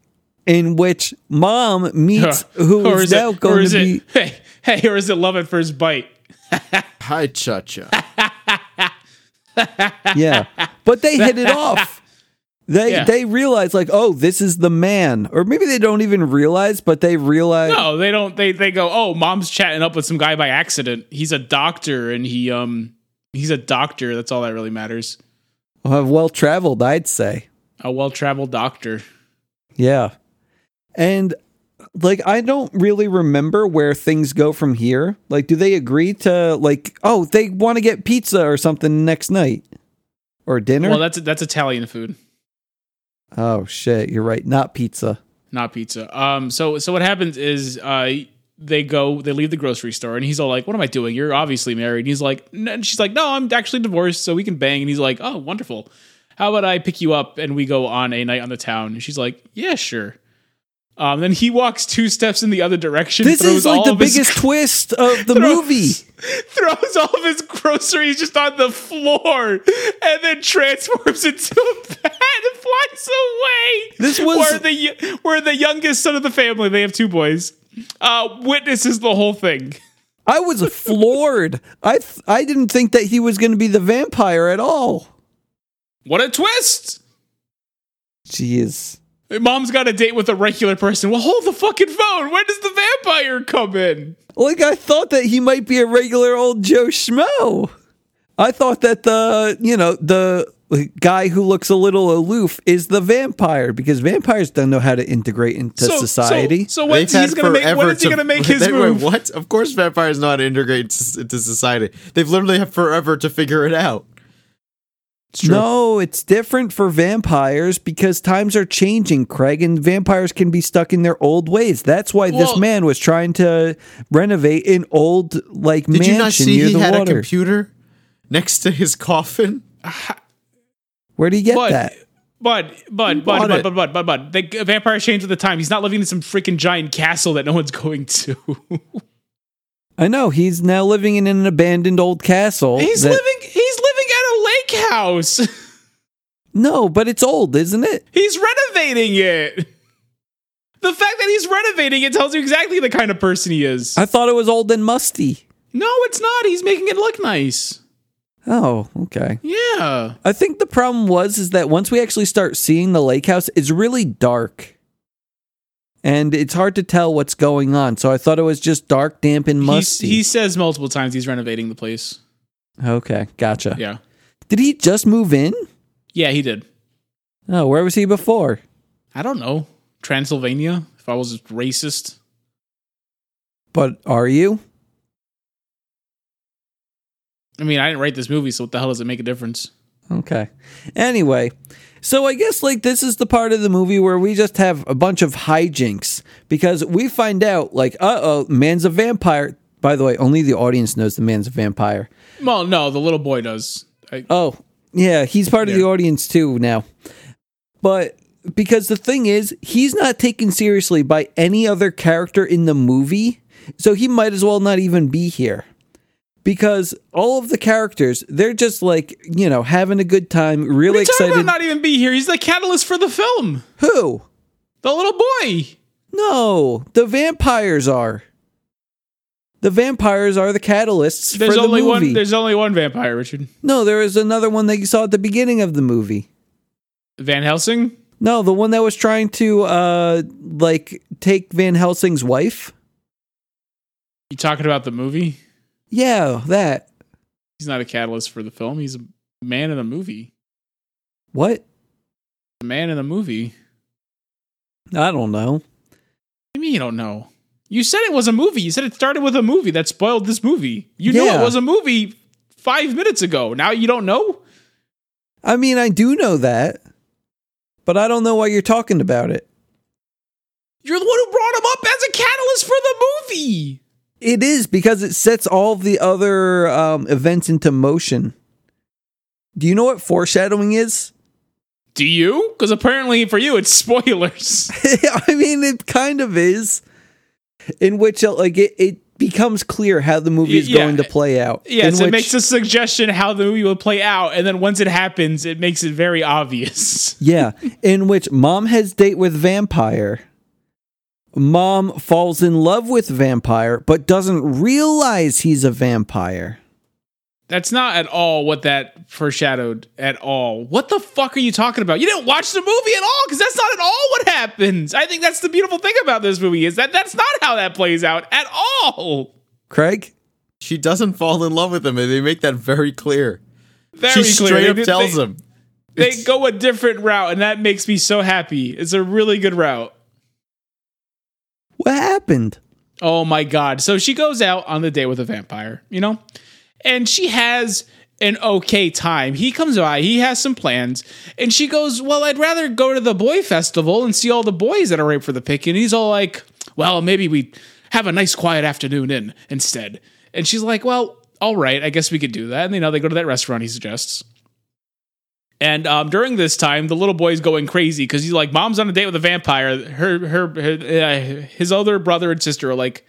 in which mom meets who is, now it, or going is to be it, hey, hey, or is it love at first bite? Hi, Cha Cha. yeah. But they hit it off. They Yeah. they realize like oh this is the man or maybe they don't even realize but they realize No, they don't. They they go. Oh, mom's chatting up with some guy by accident. He's a doctor, and he um he's a doctor. That's all that really matters. Uh, well traveled, I'd say. A well traveled doctor. Yeah. And like I don't really remember where things go from here. Like do they agree to like oh, they want to get pizza or something next night or dinner? Well, that's that's Italian food, oh shit, you're right. Not pizza. not pizza. Um, so so what happens is uh they go they leave the grocery store, and he's all like, "What am I doing? You're obviously married." And he's like, "No," and she's like, "No, I'm actually divorced, so we can bang." And he's like, "Oh, wonderful. How about I pick you up and we go on a night on the town?" And she's like, "Yeah, sure." Um, then he walks two steps in the other direction. This throws is like all the of his biggest twist of the Throws- movie. throws all of his groceries just on the floor and then transforms into a bat and flies away. This was- where the where the youngest son of the family. They have two boys. Uh, witnesses the whole thing. I was floored. I th- I didn't think that he was going to be the vampire at all. What a twist! Jeez. Mom's got a date with a regular person. Well, hold the fucking phone. When does the vampire come in? Like I thought that he might be a regular old Joe Schmo. I thought that the you know the guy who looks a little aloof is the vampire because vampires don't know how to integrate into society. So, so when's he's gonna make? When is he to- gonna make his they- wait, move? what? Of course, vampires not integrate s- into society. They've literally have forever to figure it out. No, it's different for vampires because times are changing, Craig, and vampires can be stuck in their old ways. That's why this Well- man was trying to renovate an old like Did mansion you not see near he the had a water. computer next to his coffin? Where do you get But- that? But but but bought but, it. but but but but the vampire changed with the time. He's not living in some freaking giant castle that no one's going to. I know he's now living in an abandoned old castle. he's that- living he's living at a lake house. No, but it's old, isn't it? He's renovating it. The fact that he's renovating it tells you exactly the kind of person he is. I thought it was old and musty. no, it's not. He's making it look nice. Oh, okay. Yeah. I think the problem was is that once we actually start seeing the lake house, it's really dark. And it's hard to tell what's going on. So I thought it was just dark, damp, and He's, musty. he says multiple times he's renovating the place. okay, gotcha. Yeah. Did he just move in? Yeah, he did. Oh, where was he before? I don't know. Transylvania, if I was racist. But are you? I mean, I didn't write this movie, so what the hell does it make a difference? Okay. Anyway, so I guess like this is the part of the movie where we just have a bunch of hijinks because we find out like, uh oh, man's a vampire. By the way, only the audience knows the man's a vampire. Well, no, the little boy does. I, Oh, yeah, he's part of Yeah. the audience too now. But because the thing is, he's not taken seriously by any other character in the movie, so he might as well not even be here. Because all of the characters, they're just like, you know, having a good time, really What are you talking excited. about not even be here. He's the catalyst for the film. Who? The little boy. No, the vampires are. The vampires are the catalysts There's for the only movie. one. There's only one vampire, Richard. no, there is another one that you saw at the beginning of the movie. Van Helsing. No, the one that was trying to uh like take Van Helsing's wife. You talking about the movie? Yeah, that. He's not a catalyst for the film. He's a man in a movie. What? A man in a movie. I don't know. What do you mean you don't know? You said it was a movie. You said it started with a movie that spoiled this movie. You knew Yeah. it was a movie five minutes ago. Now you don't know? I mean, I do know that, but I don't know why you're talking about it. You're the one who brought him up as a catalyst for the movie. It is because it sets all of the other um, events into motion. Do you know what foreshadowing is? Do you? Because apparently for you, it's spoilers. I mean, it kind of is. In which, uh, like, it, it becomes clear how the movie is Y- yeah. going to play out. yes, In it which- makes a suggestion how the movie will play out. And then once it happens, it makes it very obvious. Yeah, in which mom has date with vampire. Mom falls in love with vampire, but doesn't realize he's a vampire. That's not at all what that foreshadowed at all. What the fuck are you talking about? You didn't watch the movie at all because that's not at all what happens. I think that's the beautiful thing about this movie is that that's not how that plays out at all. Craig, She doesn't fall in love with him, and they make that very clear. she Very straight clear. up They- tells they, him. They go a different route, and that makes me so happy. It's a really good route. what happened? Oh my god. So she goes out on the date with a vampire, you know? And she has an okay time. He comes by, he has some plans, and she goes, Well, I'd rather go to the boy festival and see all the boys that are ripe for the pick. And he's all like, Well, maybe we have a nice quiet afternoon in instead. And she's like, Well, all right, I guess we could do that. And you know, they go to that restaurant he suggests. And um, during this time, the little boy's going crazy because he's like, "Mom's on a date with a vampire." Her, her, her uh, his other brother and sister are like,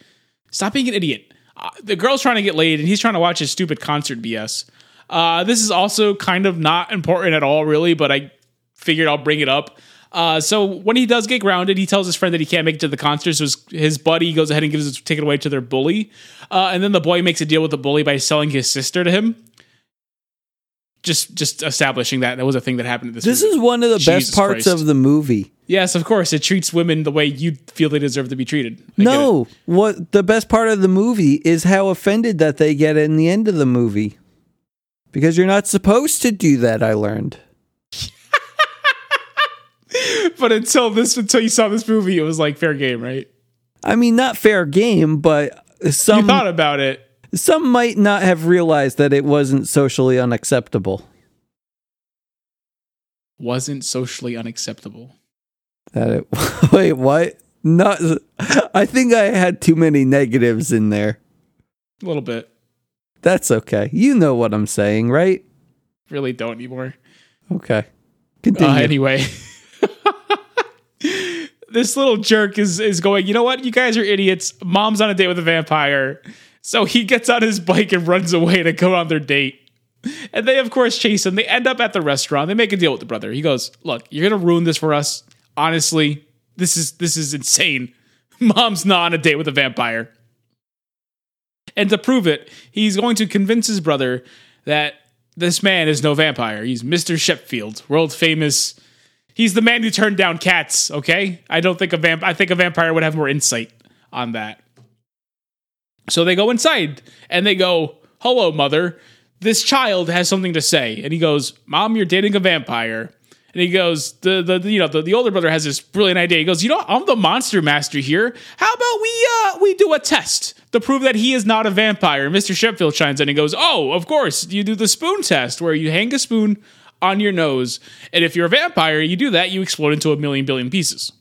"Stop being an idiot." Uh, the girl's trying to get laid, and he's trying to watch his stupid concert BS. Uh, this is also kind of not important at all, really, but I figured I'll bring it up. Uh, so when he does get grounded, he tells his friend that he can't make it to the concert. So his, his buddy goes ahead and gives his ticket away to their bully, uh, and then the boy makes a deal with the bully by selling his sister to him. Just just establishing that that was a thing that happened. At this This movie. is one of the Jesus best parts Christ. of the movie Yes, of course. It treats women the way you feel they deserve to be treated. I get it. No, what the best part of the movie is how offended that they get in the end of the movie. Because you're not supposed to do that, I learned. But until this, until you saw this movie, it was like fair game, right? I mean, not fair game, but You some thought about it. some might not have realized that it wasn't socially unacceptable. Wasn't socially unacceptable. That it Wait, what? Not I think I had too many negatives in there. A little bit. That's okay. You know what I'm saying, right? Really don't anymore. Okay. Uh, Continue. anyway, this little jerk is is going. You know what? You guys are idiots. Mom's on a date with a vampire, so he gets on his bike and runs away to go on their date. And they, of course, chase him. They end up at the restaurant. They make a deal with the brother. He goes, "Look, you're gonna ruin this for us. Honestly, this is this is insane. Mom's not on a date with a vampire." And to prove it, he's going to convince his brother that this man is no vampire. He's Mr. Shepfield, world famous. He's the man who turned down cats, okay? I don't think a vamp I think a vampire would have more insight on that. So they go inside and they go, "Hello, mother. This child has something to say." And he goes, "Mom, you're dating a vampire." And he goes, the, the, the- you know the, the older brother has this brilliant idea. He goes, you know, I'm the monster master here. How about we uh we do a test to prove that he is not a vampire? Mr. Sheffield chimes in and goes, oh, of course, you do the spoon test where you hang a spoon on your nose, and if you're a vampire, you do that, you explode into a million billion pieces.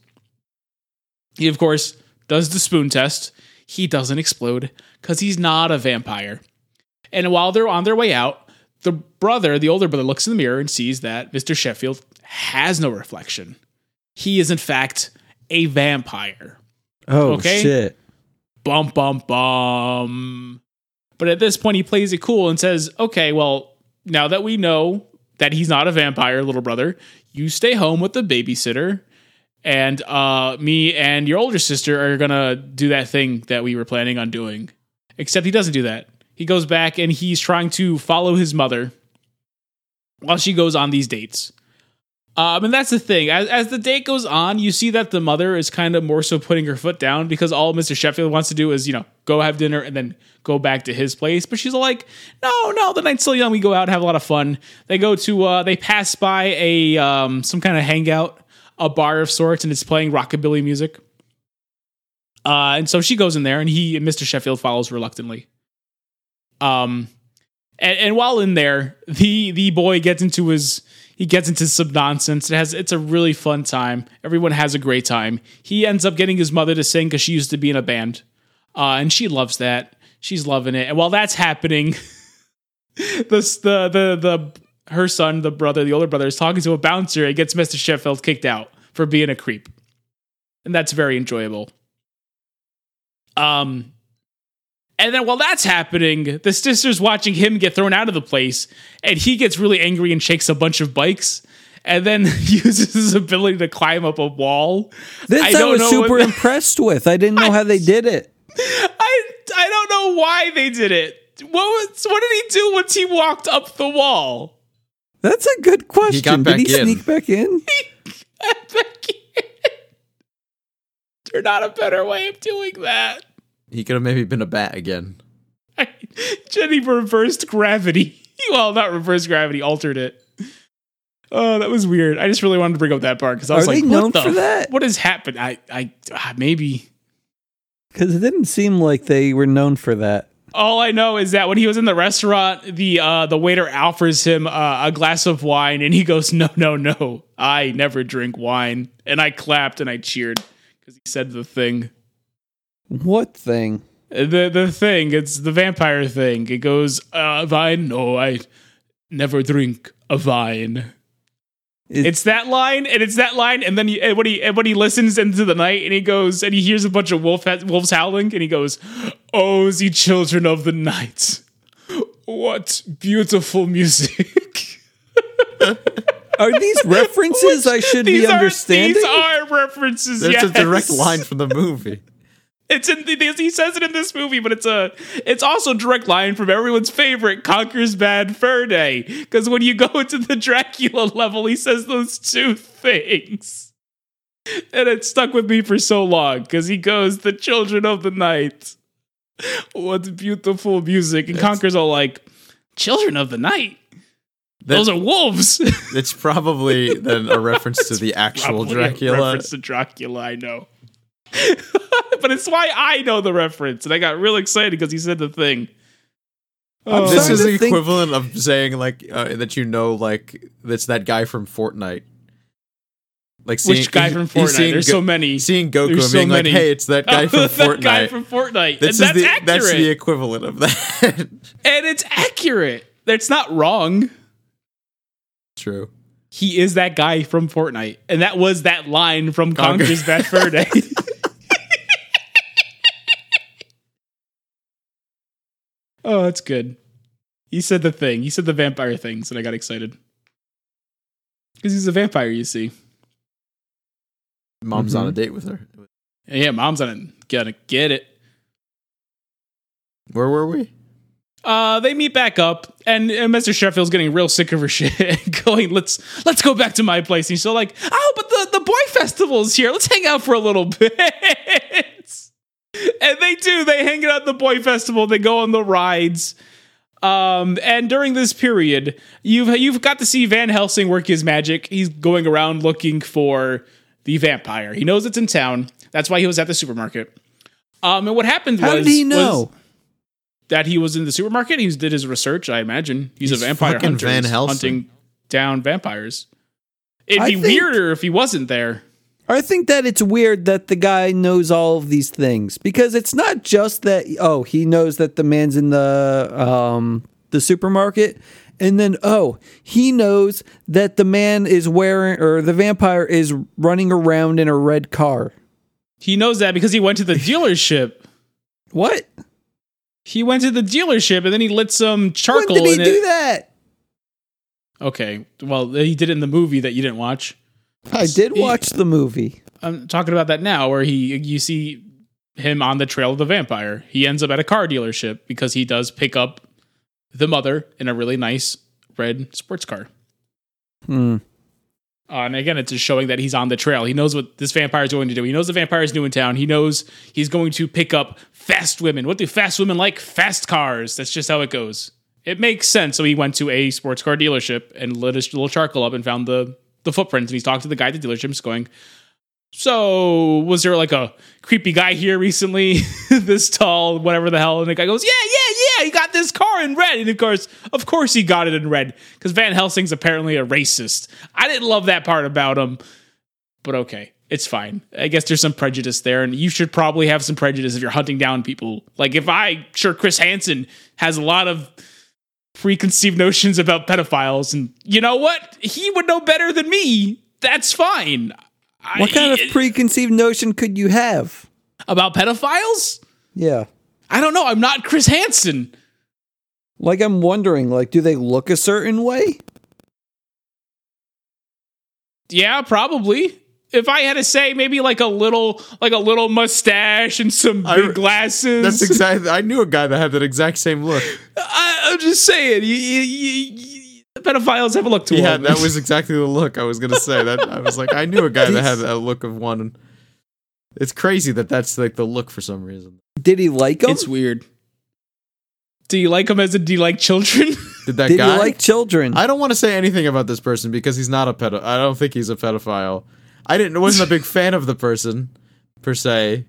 He, of course, does the spoon test. He doesn't explode because he's not a vampire. And while they're on their way out, the brother, the older brother, looks in the mirror and sees that Mr. Sheffield has no reflection. He is, in fact, a vampire. oh okay. shit. Bum, bum, bum. But at this point, he plays it cool and says, okay, well, now that we know that he's not a vampire, little brother, you stay home with the babysitter. And uh, me and your older sister are going to do that thing that we were planning on doing. Except he doesn't do that. He goes back and he's trying to follow his mother while she goes on these dates. Um, and that's the thing. As, as the date goes on, you see that the mother is kind of more so putting her foot down because all Mr. Sheffield wants to do is, you know, go have dinner and then go back to his place. But she's like, no, no, the night's still young. We go out, and have a lot of fun. They go to, uh, they pass by a um, some kind of hangout, a bar of sorts, and it's playing rockabilly music. Uh, and so she goes in there, and he, Mr. Sheffield, follows reluctantly. Um, and, and while in there, the the boy gets into his he gets into some nonsense. It has it's a really fun time. Everyone has a great time. He ends up getting his mother to sing because she used to be in a band, uh, and she loves that. She's loving it. And while that's happening, this the the the her son, the brother, the older brother, is talking to a bouncer and gets Mr. Sheffield kicked out for being a creep, and that's very enjoyable. Um, and then while that's happening, the sister's watching him get thrown out of the place, and he gets really angry and shakes a bunch of bikes, and then uses his ability to climb up a wall. This I I, don't was know super what- impressed with. I didn't know how they did it. I I don't know why they did it. What was what did he do once he walked up the wall? That's a good question. back did he in. sneak back in? There's not a better way of doing that. He could have maybe been a bat again. Jenny reversed gravity. Well, not reversed gravity, altered it. Oh, that was weird. I just really wanted to bring up that part because I was Are like, they what known the for that? What has happened? I, I, ah, maybe. Because it didn't seem like they were known for that. All I know is that when he was in the restaurant, the uh, the waiter offers him uh, a glass of wine, and he goes, "No, no, no! I never drink wine." And I clapped and I cheered because he said the thing. What thing? the the thing it's the vampire thing it goes uh vine no i never drink a vine It- it's that line and it's that line and then he, and when he and when he listens into the night and he goes and he hears a bunch of wolf wolves howling and he goes oh ye children of the night what beautiful music Are these references I should these be are understanding? these are references There's a direct yes. line from the movie. It's in the, he says it in this movie, but it's a it's also a direct line from everyone's favorite Conker's Bad Fur Day because when you go into the Dracula level, he says those two things. and it stuck with me for so long because he goes, "The children of the night." What beautiful music! And Conker's all like, "Children of the night." Those are wolves. It's probably then a reference to the actual Probably a Dracula. Reference to Dracula, I know. but it's why I know the reference, and I got real excited because he said the thing. Oh. This Sorry is to the think- equivalent of saying like uh, that you know like that's that guy from Fortnite. Like seeing, Which guy from he's- he's Fortnite? seeing There's Go- so many. Seeing Goku and There's being so like, many. "Hey, it's that guy from that Fortnite." guy from Fortnite. this and is that's the accurate. that's the equivalent of that. and it's accurate. That's not wrong. True. He is that guy from Fortnite. And that was that line from Conker. Conker's Bad Fur Day. oh, that's good. He said the thing. He said the vampire things, and I got excited. Because he's a vampire, you see. Mom's on a date with her. And yeah, mom's on it. Gotta get it. Where were we? Uh, they meet back up, and, and Mr. Sheffield's getting real sick of her shit. going, let's let's go back to my place. And he's still like, oh, but the the boy festival's here. Let's hang out for a little bit. and they do. They hang out at the boy festival. They go on the rides. Um, and during this period, you've you've got to see Van Helsing work his magic. He's going around looking for the vampire. He knows it's in town. That's why he was at the supermarket. Um, and what happened How was did he was- know? that he was in the supermarket. He did his research, I imagine. He's, He's a vampire fucking hunter. Van He's Helsing. hunting down vampires. It'd I be think- weirder if he wasn't there. I think that it's weird that the guy knows all of these things because it's not just that oh he knows that the man's in the um the supermarket and then oh he knows that the man is wearing or the vampire is running around in a red car. He knows that because he went to the dealership. What? He went to the dealership and then he lit some charcoal when did he in do it. that? Okay, well, he did it in the movie that you didn't watch. I did watch the movie. I'm talking about that now, where he you see him on the trail of the vampire. He ends up at a car dealership because he does pick up the mother in a really nice red sports car. Hmm. Uh, and again, it's just showing that he's on the trail. He knows what this vampire is going to do. He knows the vampire is new in town. He knows he's going to pick up fast women. What do fast women like? Fast cars. That's just how it goes. It makes sense. So he went to a sports car dealership and lit his little charcoal up and found the the footprints. And he's talked to the guy at the dealership, just going, "So was there like a creepy guy here recently, this tall, whatever the hell?" And the guy goes, "Yeah, yeah, yeah. He got this car in red." And of course, of course, he got it in red because Van Helsing's apparently a racist. I didn't love that part about him, but okay. It's fine. I guess there's some prejudice there, and you should probably have some prejudice if you're hunting down people. Like if I, sure, Chris Hansen has a lot of preconceived notions about pedophiles, and you know what? He would know better than me. That's fine. I- What kind of preconceived notion could you have? about pedophiles? Yeah. I don't know. I'm not Chris Hansen. Like I'm wondering like do they look a certain way? Yeah, probably. If I had to say, maybe like a little, like a little mustache and some big I- glasses. That's exactly. I knew a guy that had that exact same look. I, I'm just saying, you, you, you, you- pedophiles have a look to Yeah, them. that was exactly the look I was gonna say. That I was like, I knew a guy that had He's- a look of one. It's crazy that that's like the look for some reason. Did he like him? It's weird. Do you like them as a do you like children? Did that Did guy? he like children? I don't want to say anything about this person because he's not a pedo. I don't think he's a pedophile. I didn't wasn't a big fan of the person per se.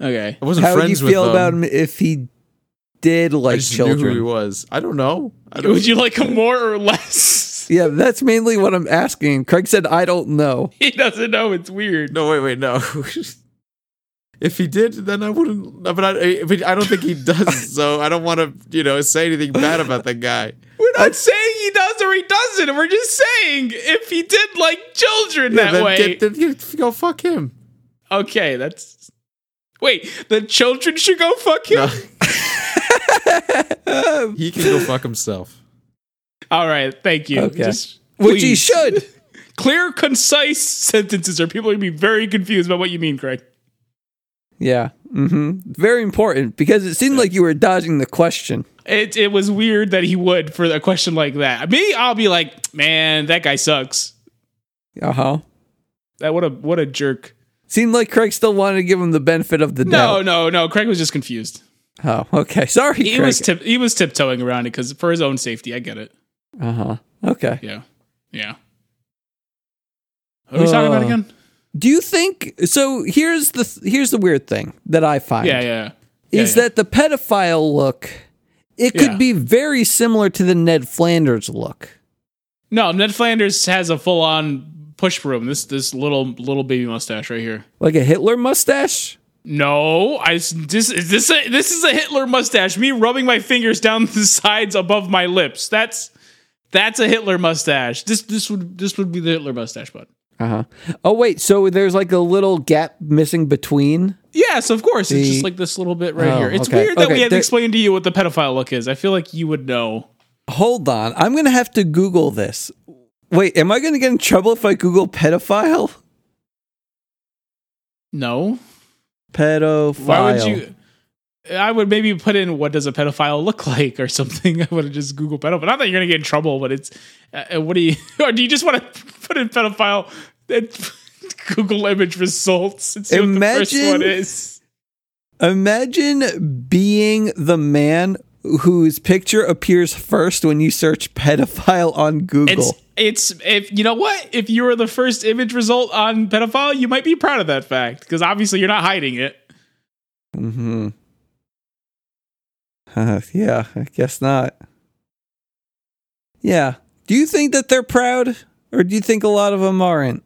okay. I wasn't How would you friends with feel them. about him if he did I like just knew who he children? was. I don't know. I don't, Would you like him more or less? Yeah, that's mainly what I'm asking. Craig said, I don't know. he doesn't know. It's weird. No, wait, wait, no. if he did, then I wouldn't. no, But I, but I don't think he does. so I don't want to, you know, say anything bad about that guy. We're not saying he does or he doesn't. We're just saying if he did like children Yeah, that then way. get- then you- go fuck him. okay, that's. Wait, the children should go fuck him? No. he can go fuck himself. All right, thank you. Okay. Just Which he please. should. Clear, concise sentences, or people are going to be very confused about what you mean, Craig. Yeah. hmm Very important because it seemed like you were dodging the question. It it was weird that he would for a question like that. Me, I'll be like, man, that guy sucks. Uh huh. That what a what a jerk. Seemed like Craig still wanted to give him the benefit of the No, doubt. no, no. Craig was just confused. No. Oh, okay. Sorry, He Craig. was tip, he was tiptoeing around it because for his own safety. I get it. uh huh. Okay. Yeah, yeah. What are we talking about Uh, again? Do you think so? Here's the here's the weird thing that I find. Yeah, yeah. is that the pedophile look it could Yeah. be very similar to the ned flanders look no? Ned Flanders has a full on push broom. This this little little baby mustache right here. like a hitler mustache No, I s- this is this a, this is a Hitler mustache. Me rubbing my fingers down the sides above my lips. That's that's a Hitler mustache. This this would this would be the Hitler mustache, bud. uh-huh oh wait so there's like a little gap missing between Yes, of course. it's The- just like this little bit right Oh, here. It's okay, weird that okay, we had to there- explain to you what the pedophile look is. I feel like you would know. hold on i'm gonna have to google this wait am i gonna get in trouble if i google pedophile No, pedophile why would you? I would maybe put in what does a pedophile look like or something. I would have just Google pedophile. Not that you're gonna get in trouble, but it's uh, what do you or do you just want to put in pedophile and Google image results and see what the first Imagine- one is? imagine being the man whose picture appears first when you search pedophile on google It's it's if you know what if you were the first image result on pedophile, you might be proud of that fact because obviously you're not hiding it. Mm-hmm. Uh, yeah, I guess not. Yeah. Do you think that they're proud, or do you think a lot of them aren't?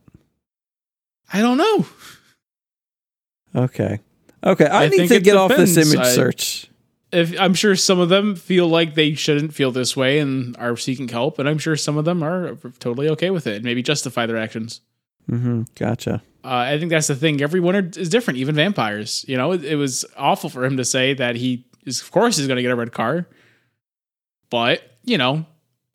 I don't know. Okay. Okay. I, I need think to it get off this depends. image I- search. if I'm sure some of them feel like they shouldn't feel this way and are seeking help, and I'm sure some of them are totally okay with it and maybe justify their actions. Mm-hmm. Gotcha. Uh, I think that's the thing. Everyone are, is different, even vampires. You know, it, it was awful for him to say that he is, of course, is going to get a red car. But you know,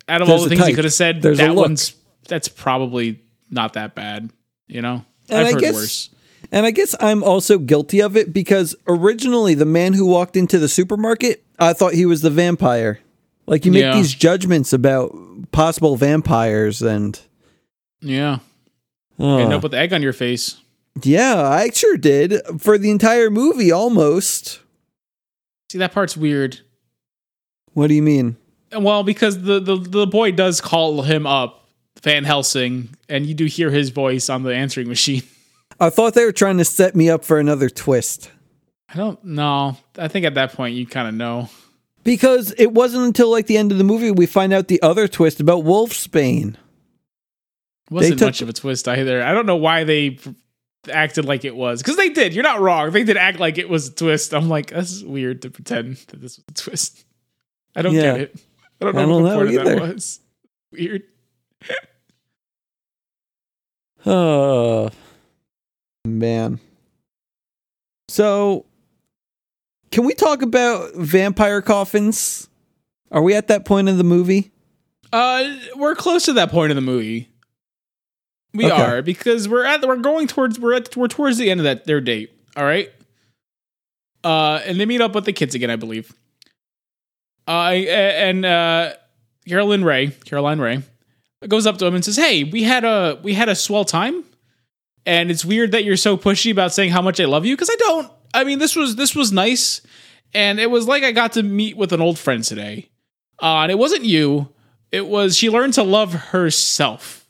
out of There's all the a things he type. could have said, There's a that look. one's that's probably not that bad. You know, And I've I heard guess- worse. And I guess I'm also guilty of it because originally the man who walked into the supermarket, I thought he was the vampire. Like you make Yeah. these judgments about possible vampires, and Yeah, Ugh. end up with egg on your face. yeah, I sure did for the entire movie almost. See, that part's weird. What do you mean? Well, because the, the the boy does call him up, Van Helsing, and you do hear his voice on the answering machine. I thought they were trying to set me up for another twist I don't know. I think at that point you kind of know. because it wasn't until like the end of the movie we find out the other twist about Wolfsbane. Wasn't took- much of a twist either. I don't know why they acted like it was because they did. You're not wrong. They did act like it was a twist. I'm like, that's weird to pretend that this was a twist. I don't Yeah. get it. I don't know I don't what know the point of either. that was. Weird. Oh man! So, can we talk about vampire coffins? Are we at that point in the movie? Uh, we're close to that point in the movie. We Okay. are because we're at we're going towards we're at we're towards the end of that their date. All right. Uh, and they meet up with the kids again, I believe. Uh, and uh, Carolyn Ray, Caroline Ray, goes up to him and says, "Hey, we had a we had a swell time, and it's weird that you're so pushy about saying how much I love you because I don't. I mean, this was this was nice, and it was like I got to meet with an old friend today. Uh, and it wasn't you. It was she learned to love herself,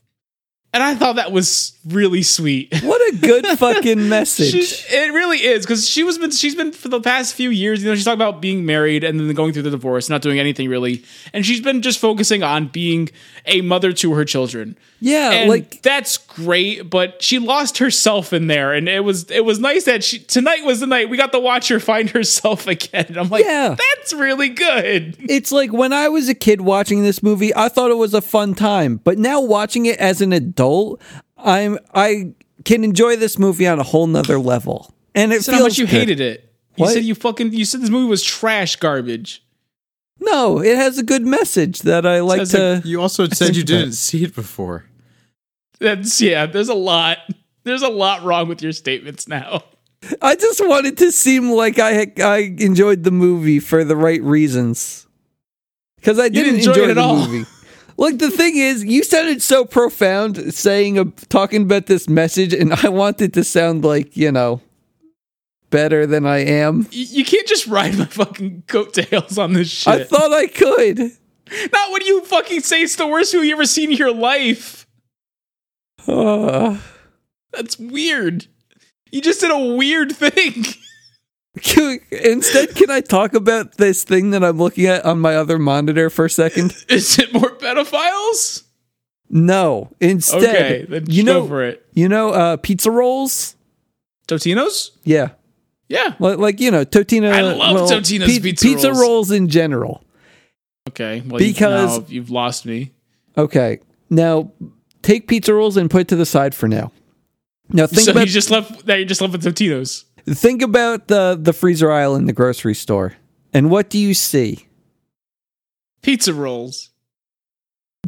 and I thought that was really sweet. What a good fucking She, message! it really is because she was been she's been for the past few years. You know, she's talking about being married and then going through the divorce, not doing anything really, and she's been just focusing on being a mother to her children. Yeah, And Oh, like that's great, but she lost herself in there, and it was it was nice that she tonight was the night we got to watch her find herself again. I'm like, Yeah. that's really good. it's like when I was a kid watching this movie, I thought it was a fun time, but now watching it as an adult, I'm I can enjoy this movie on a whole nother level. And it So feels how much you good. hated it. You What? said you fucking you said this movie was trash garbage. No, it has a good message that I like Says to. it- You also said you didn't see it before. That's yeah. There's a lot. There's a lot wrong with your statements now. I just wanted to seem like I I enjoyed the movie for the right reasons. Because I didn't didn't enjoy it at the all. movie. Like the thing is, you sounded so profound saying uh, talking about this message, and I wanted to sound like you know better than I am. You, you can't just ride my fucking coattails on this shit. I thought I could. Not when you fucking say it's the worst who you ever seen in your life. Uh, That's weird. You just did a weird thing. can- instead, can I talk about this thing that I'm looking at on my other monitor for a second? Is it more pedophiles? No. Instead, Okay, then you go know, for it. you know, uh, pizza rolls. Totinos? Yeah. Yeah. Like, like you know, Totino. I love Totino's pizza rolls. in general. Okay. Well, Because- you've, now you've lost me. Okay, now take pizza rolls and put it to the side for now. Now think so about you just left. Now you're just left with Totinos. think about the the freezer aisle in the grocery store, and what do you see? Pizza rolls.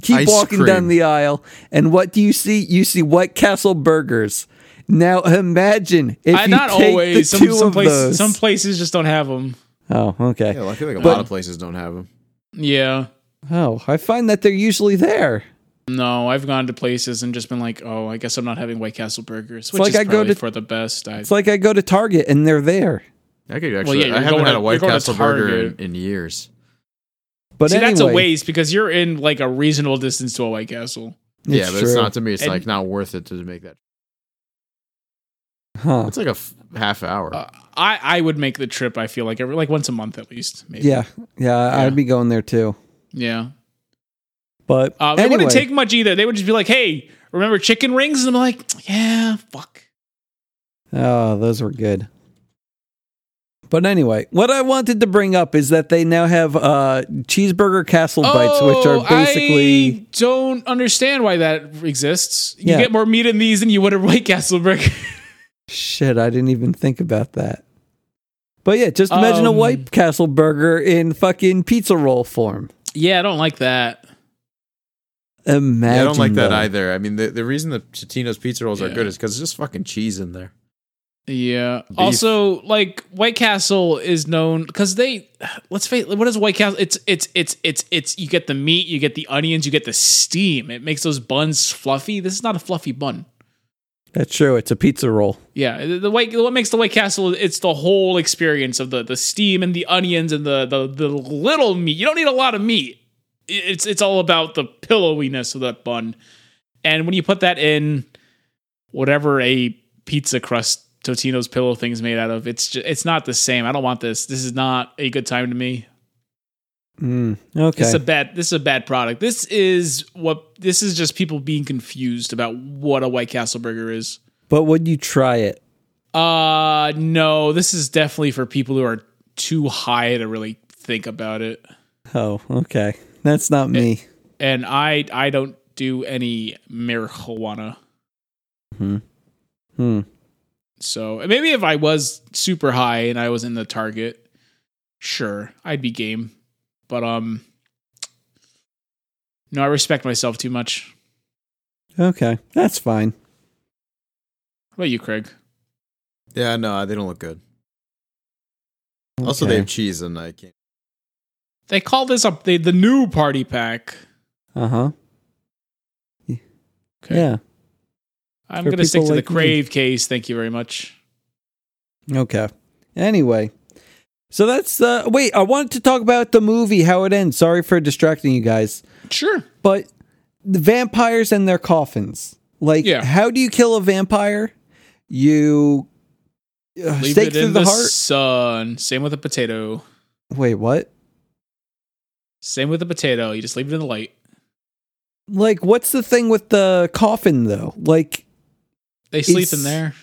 Keep Ice walking down cream. the aisle, and what do you see? You see White Castle burgers. Now imagine if I, you not take always. the Some, two some, of those. places, some places just don't have them. oh, okay. Yeah, well, I feel like a But- lot of places don't have them. Yeah. Oh, I find that they're usually there. No, I've gone to places and just been like, oh, I guess I'm not having White Castle burgers, which like is I go probably to- for the best. I, It's like I go to Target and they're there. I could actually. yeah, you're I going haven't had to- a you're White going to Castle burger in, Target. in years. But See, anyway, that's a waste because you're in like a reasonable distance to a White Castle. yeah, but it's true. not to me. It's And- like not worth it to make that. Huh. It's like a f- half hour. Uh, I I would make the trip. I feel like every like once a month at least. Maybe. Yeah, yeah, Yeah. I'd be going there too. Yeah. But Uh, It anyway, wouldn't take much either. They would just be like, "Hey, remember chicken rings?" And I'm like, "Yeah, fuck." Oh, those were good. But anyway, what I wanted to bring up is that they now have uh, cheeseburger castle bites, which Oh, are basically I don't understand why that exists. You Yeah. get more meat in these than you would a White Castle burger. shit. I didn't even think about that. But yeah, just imagine a Um, White Castle burger in fucking pizza roll form. yeah, I don't like that. Imagine. Yeah, I don't like that though. either. I mean, the, the reason the Chitino's pizza rolls Yeah. are good is because there's just fucking cheese in there. Yeah. Also, like White Castle is known because they let's face what is White Castle? It's it's it's it's it's you get the meat, you get the onions, you get the steam. It makes those buns fluffy. This is not a fluffy bun. That's true. It's a pizza roll. Yeah, the the white what makes the White Castle it's the whole experience of the the steam and the onions and the the, the little meat. You don't need a lot of meat. It- It's it's all about the pillowiness of that bun. And when you put that in whatever a pizza crust Totino's pillow thing's made out of, it's just, it's not the same. I don't want this. This is not a good time to me. Mm, okay. It's a bad this is a bad product. This is what this is just people being confused about what a White Castle burger is. but would you try it? Uh no, this is definitely for people who are too high to really think about it. Oh, okay. That's not me. And I I don't do any marijuana. hmm. So and maybe if I was super high and I was in the target, sure, I'd be game. But um no, I respect myself too much. Okay. That's fine. What about you, Craig? Yeah, no, they don't look good. Also, Okay. they have cheese, and I can't. They call this up they, the new party pack. Uh huh. Okay. Yeah. I'm for gonna stick people to the like me. Crave case. Thank you very much. Okay. Anyway, so that's uh wait, I wanted to talk about the movie how it ends. Sorry for distracting you guys. Sure. But the vampires and their coffins. Like Yeah. how do you kill a vampire? You uh, Leave stake it through in the, the, heart. sun. Same with a potato. Wait, what? Same with the potato. You just leave it in the light. Like what's the thing with the coffin though? Like They sleep It's- in there.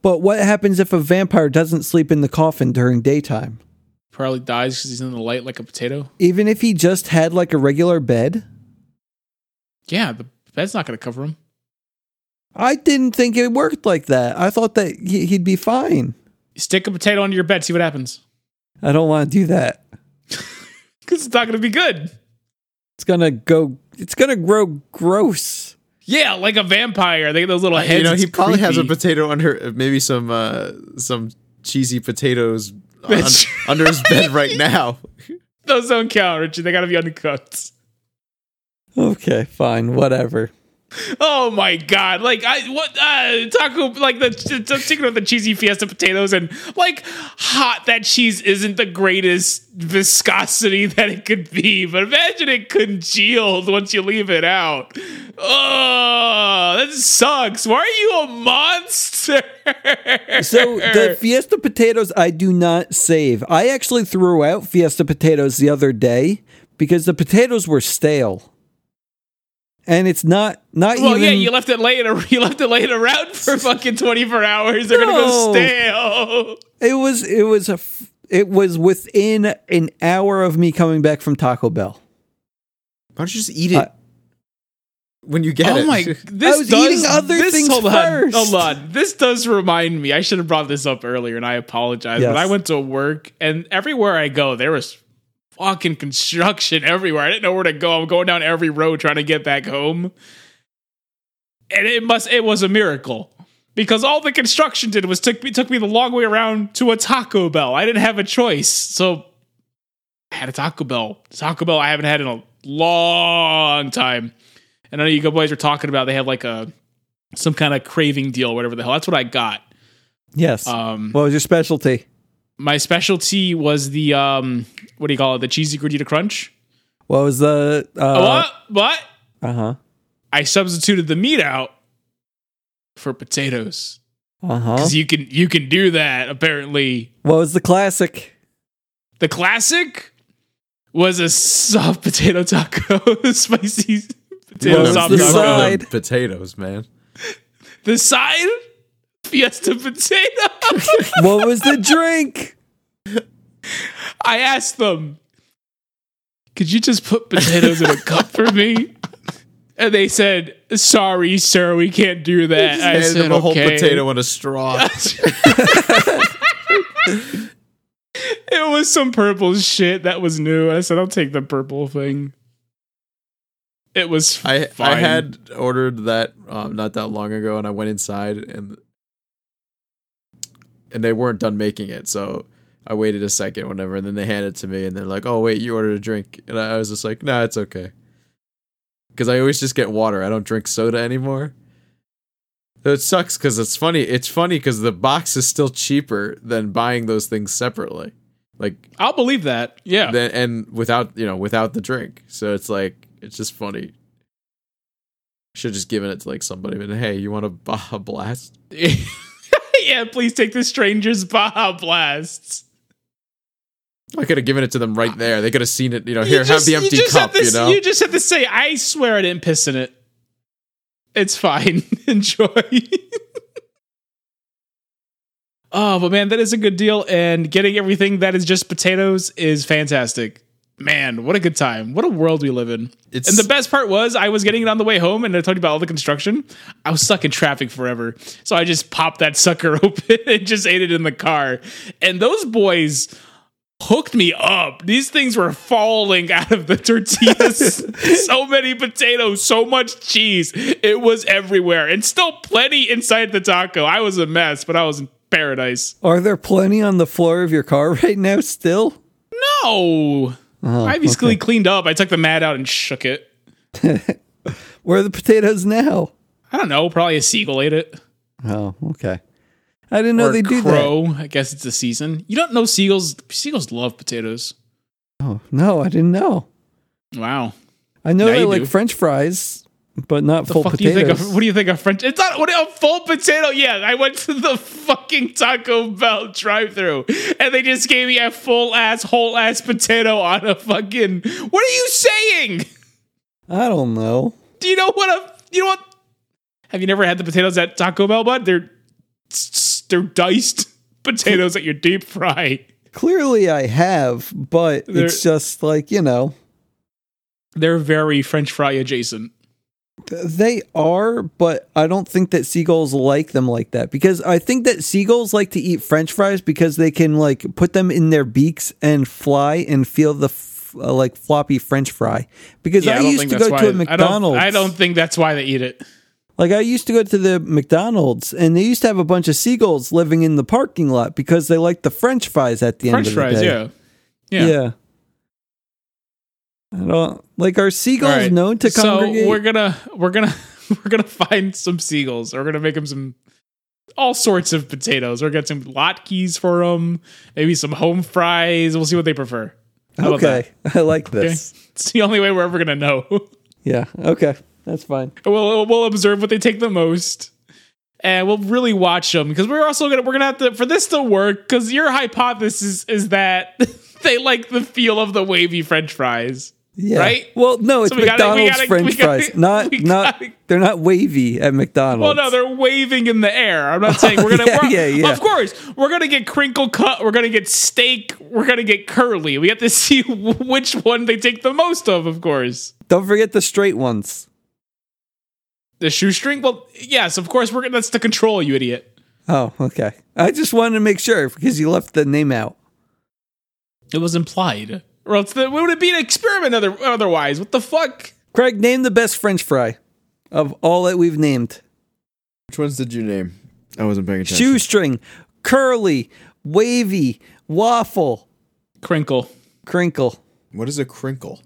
but what happens if a vampire doesn't sleep in the coffin during daytime? Probably dies because he's in the light like a potato. Even if he just had like a regular bed? Yeah, the bed's not going to cover him. I didn't think it worked like that. I thought that he- he'd be fine. You stick a potato under your bed, see what happens. I don't want to do that. Because it's not going to be good. It's gonna go. It's gonna grow gross. Yeah, like a vampire. They get those little heads. you know, he It's probably has a creepy. potato under, maybe some uh, some cheesy potatoes un- That's under his bed right now. Those don't count, Richie. They got to be uncooked. Okay, fine, whatever. Oh my god! Like I what uh, taco like the, the chicken with the cheesy fiesta potatoes and like hot that cheese isn't the greatest viscosity that it could be, but imagine it congealed once you leave it out. Oh, that sucks. Why are you a monster? So the Fiesta potatoes I do not save. I actually threw out Fiesta potatoes the other day because the potatoes were stale. And it's not not well, even yeah, you left it laying ar- you left it laying around for fucking twenty four hours. They're gonna No. go stale. it was it was a f- it was within an hour of me coming back from Taco Bell. Why don't you just eat it I- when you get Oh it? my! This I was does, eating other this, things hold first. On, hold on. This does remind me. I should have brought this up earlier, and I apologize. Yes. But I went to work, and everywhere I go, there was fucking construction everywhere. I didn't know where to go. I'm going down every road trying to get back home, and it must. It was a miracle because all the construction did was took me took me the long way around to a Taco Bell. I didn't have a choice, so I had a Taco Bell. Taco Bell I haven't had in a long time. And I know you go boys were talking about they have like a some kind of craving deal, whatever the hell. That's what I got. Yes. Um, what was your specialty? my specialty was the um, what do you call it? The cheesy gordita crunch. What was the uh uh-huh, what? What? huh I substituted the meat out for potatoes uh huh. because you can you can do that apparently. What was the classic? The classic was a soft potato taco, spicy potato What was Those soft the are taco. side? the potatoes, man. The side fiesta potato. What was the drink? I asked them, "Could you just put potatoes in a cup for me?" And they said, "Sorry, sir, we can't do that." I Handed said, him a whole "Okay." potato and a straw. It was some purple shit that was new. I said, "I'll take the purple thing." It was. I fine. I had ordered that um, not that long ago, and I went inside and and they weren't done making it, so I waited a second, whatever, and then they handed it to me, and they're like, "Oh wait, you ordered a drink," and I was just like, "Nah, it's okay," because I always just get water. I don't drink soda anymore. So It sucks because it's funny. It's funny because the box is still cheaper than buying those things separately, like I'll believe that. Yeah. then and without you know without the drink so it's like it's just funny should have just given it to like somebody but hey you want a baja blast yeah. Please take the stranger's Baja blasts. i could have given it to them right there they could have seen it you know You here have just- the empty just cup have to, you know You just have to say, "I swear I didn't piss in it." It's fine. Enjoy. oh, but man, that is a good deal, and getting everything that is just potatoes is fantastic. Man, what a good time! What a world we live in. It's- and the best part was I was getting it on the way home, and I told you about all the construction. I was stuck in traffic forever, so I just popped that sucker open and just ate it in the car. And those boys hooked me up. These things were falling out of the tortillas. so many potatoes, so much cheese. It was everywhere and still plenty inside the taco. I was a mess, but I was in paradise. Are there plenty on the floor of your car right now still? Oh, No. I basically cleaned up. I took the mat out and shook it. Where are the potatoes now? I don't know. Probably a seagull ate it. Oh, okay. I didn't know or they a do that. crow. I guess it's the season. You don't know seagulls. Seagulls love potatoes. Oh, no, I didn't know. Wow. I know Now they you like do. French fries, but not full fuck potatoes. Do you think of, what do you think of French? It's not what a full potato. Yeah, I went to the fucking Taco Bell drive-through, and they just gave me a full ass, whole ass potato on a fucking. What are you saying? I don't know. Do you know what a you know what? Have you never had the potatoes at Taco Bell, bud? They're they're diced potatoes that you deep fry. Clearly, I have, but it's just like you know They're very French fry adjacent. th- they are, but I don't think that seagulls like them like that because I think that seagulls like to eat French fries because they can like put them in their beaks and fly and feel the. F- uh, like floppy French fry, because I, don't used think to that's go to a why- I don't- McDonald's. I don't think that's why they eat it. Like I used to go to the McDonald's and they used to have a bunch of seagulls living in the parking lot because they liked the French fries at the French end of the fries, day. yeah. Yeah. yeah. I don't like are seagulls All right. known to congregate. So we're gonna we're gonna we're gonna find some seagulls. We're gonna make them some all sorts of potatoes. We're gonna get some latkes for them. Maybe some home fries. We'll see what they prefer. How about that? okay, I like Okay? this. It's the only way we're ever gonna know. Yeah. Okay, that's fine. we'll we'll observe what they take the most. And we'll really watch them because we're also gonna we're gonna have to for this to work because your hypothesis is that they like the feel of the wavy French fries. Yeah. Right? Well, no, it's So we gotta- we McDonald's gotta- French we gotta- fries. Not we not gotta- they're not wavy at Well, McDonald's. Oh, no, they're waving in the air. I'm not saying we're gonna. Yeah, we're- yeah, yeah. Of course, we're gonna get crinkle cut. We're gonna get steak. We're gonna get curly. We have to see w- which one they take the most of. Of course, Don't forget the straight ones. the shoestring. Well, yes, of course. We're gonna, that's the control, you idiot. Oh, okay. I just wanted to make sure because you left the name out. It was implied. Or else, the, would it be an experiment other, otherwise? What the fuck? Craig, name the best French fry of all that we've named. Which ones did you name? I wasn't paying attention. Shoestring, curly, wavy, waffle, Crinkle. crinkle. What is a crinkle?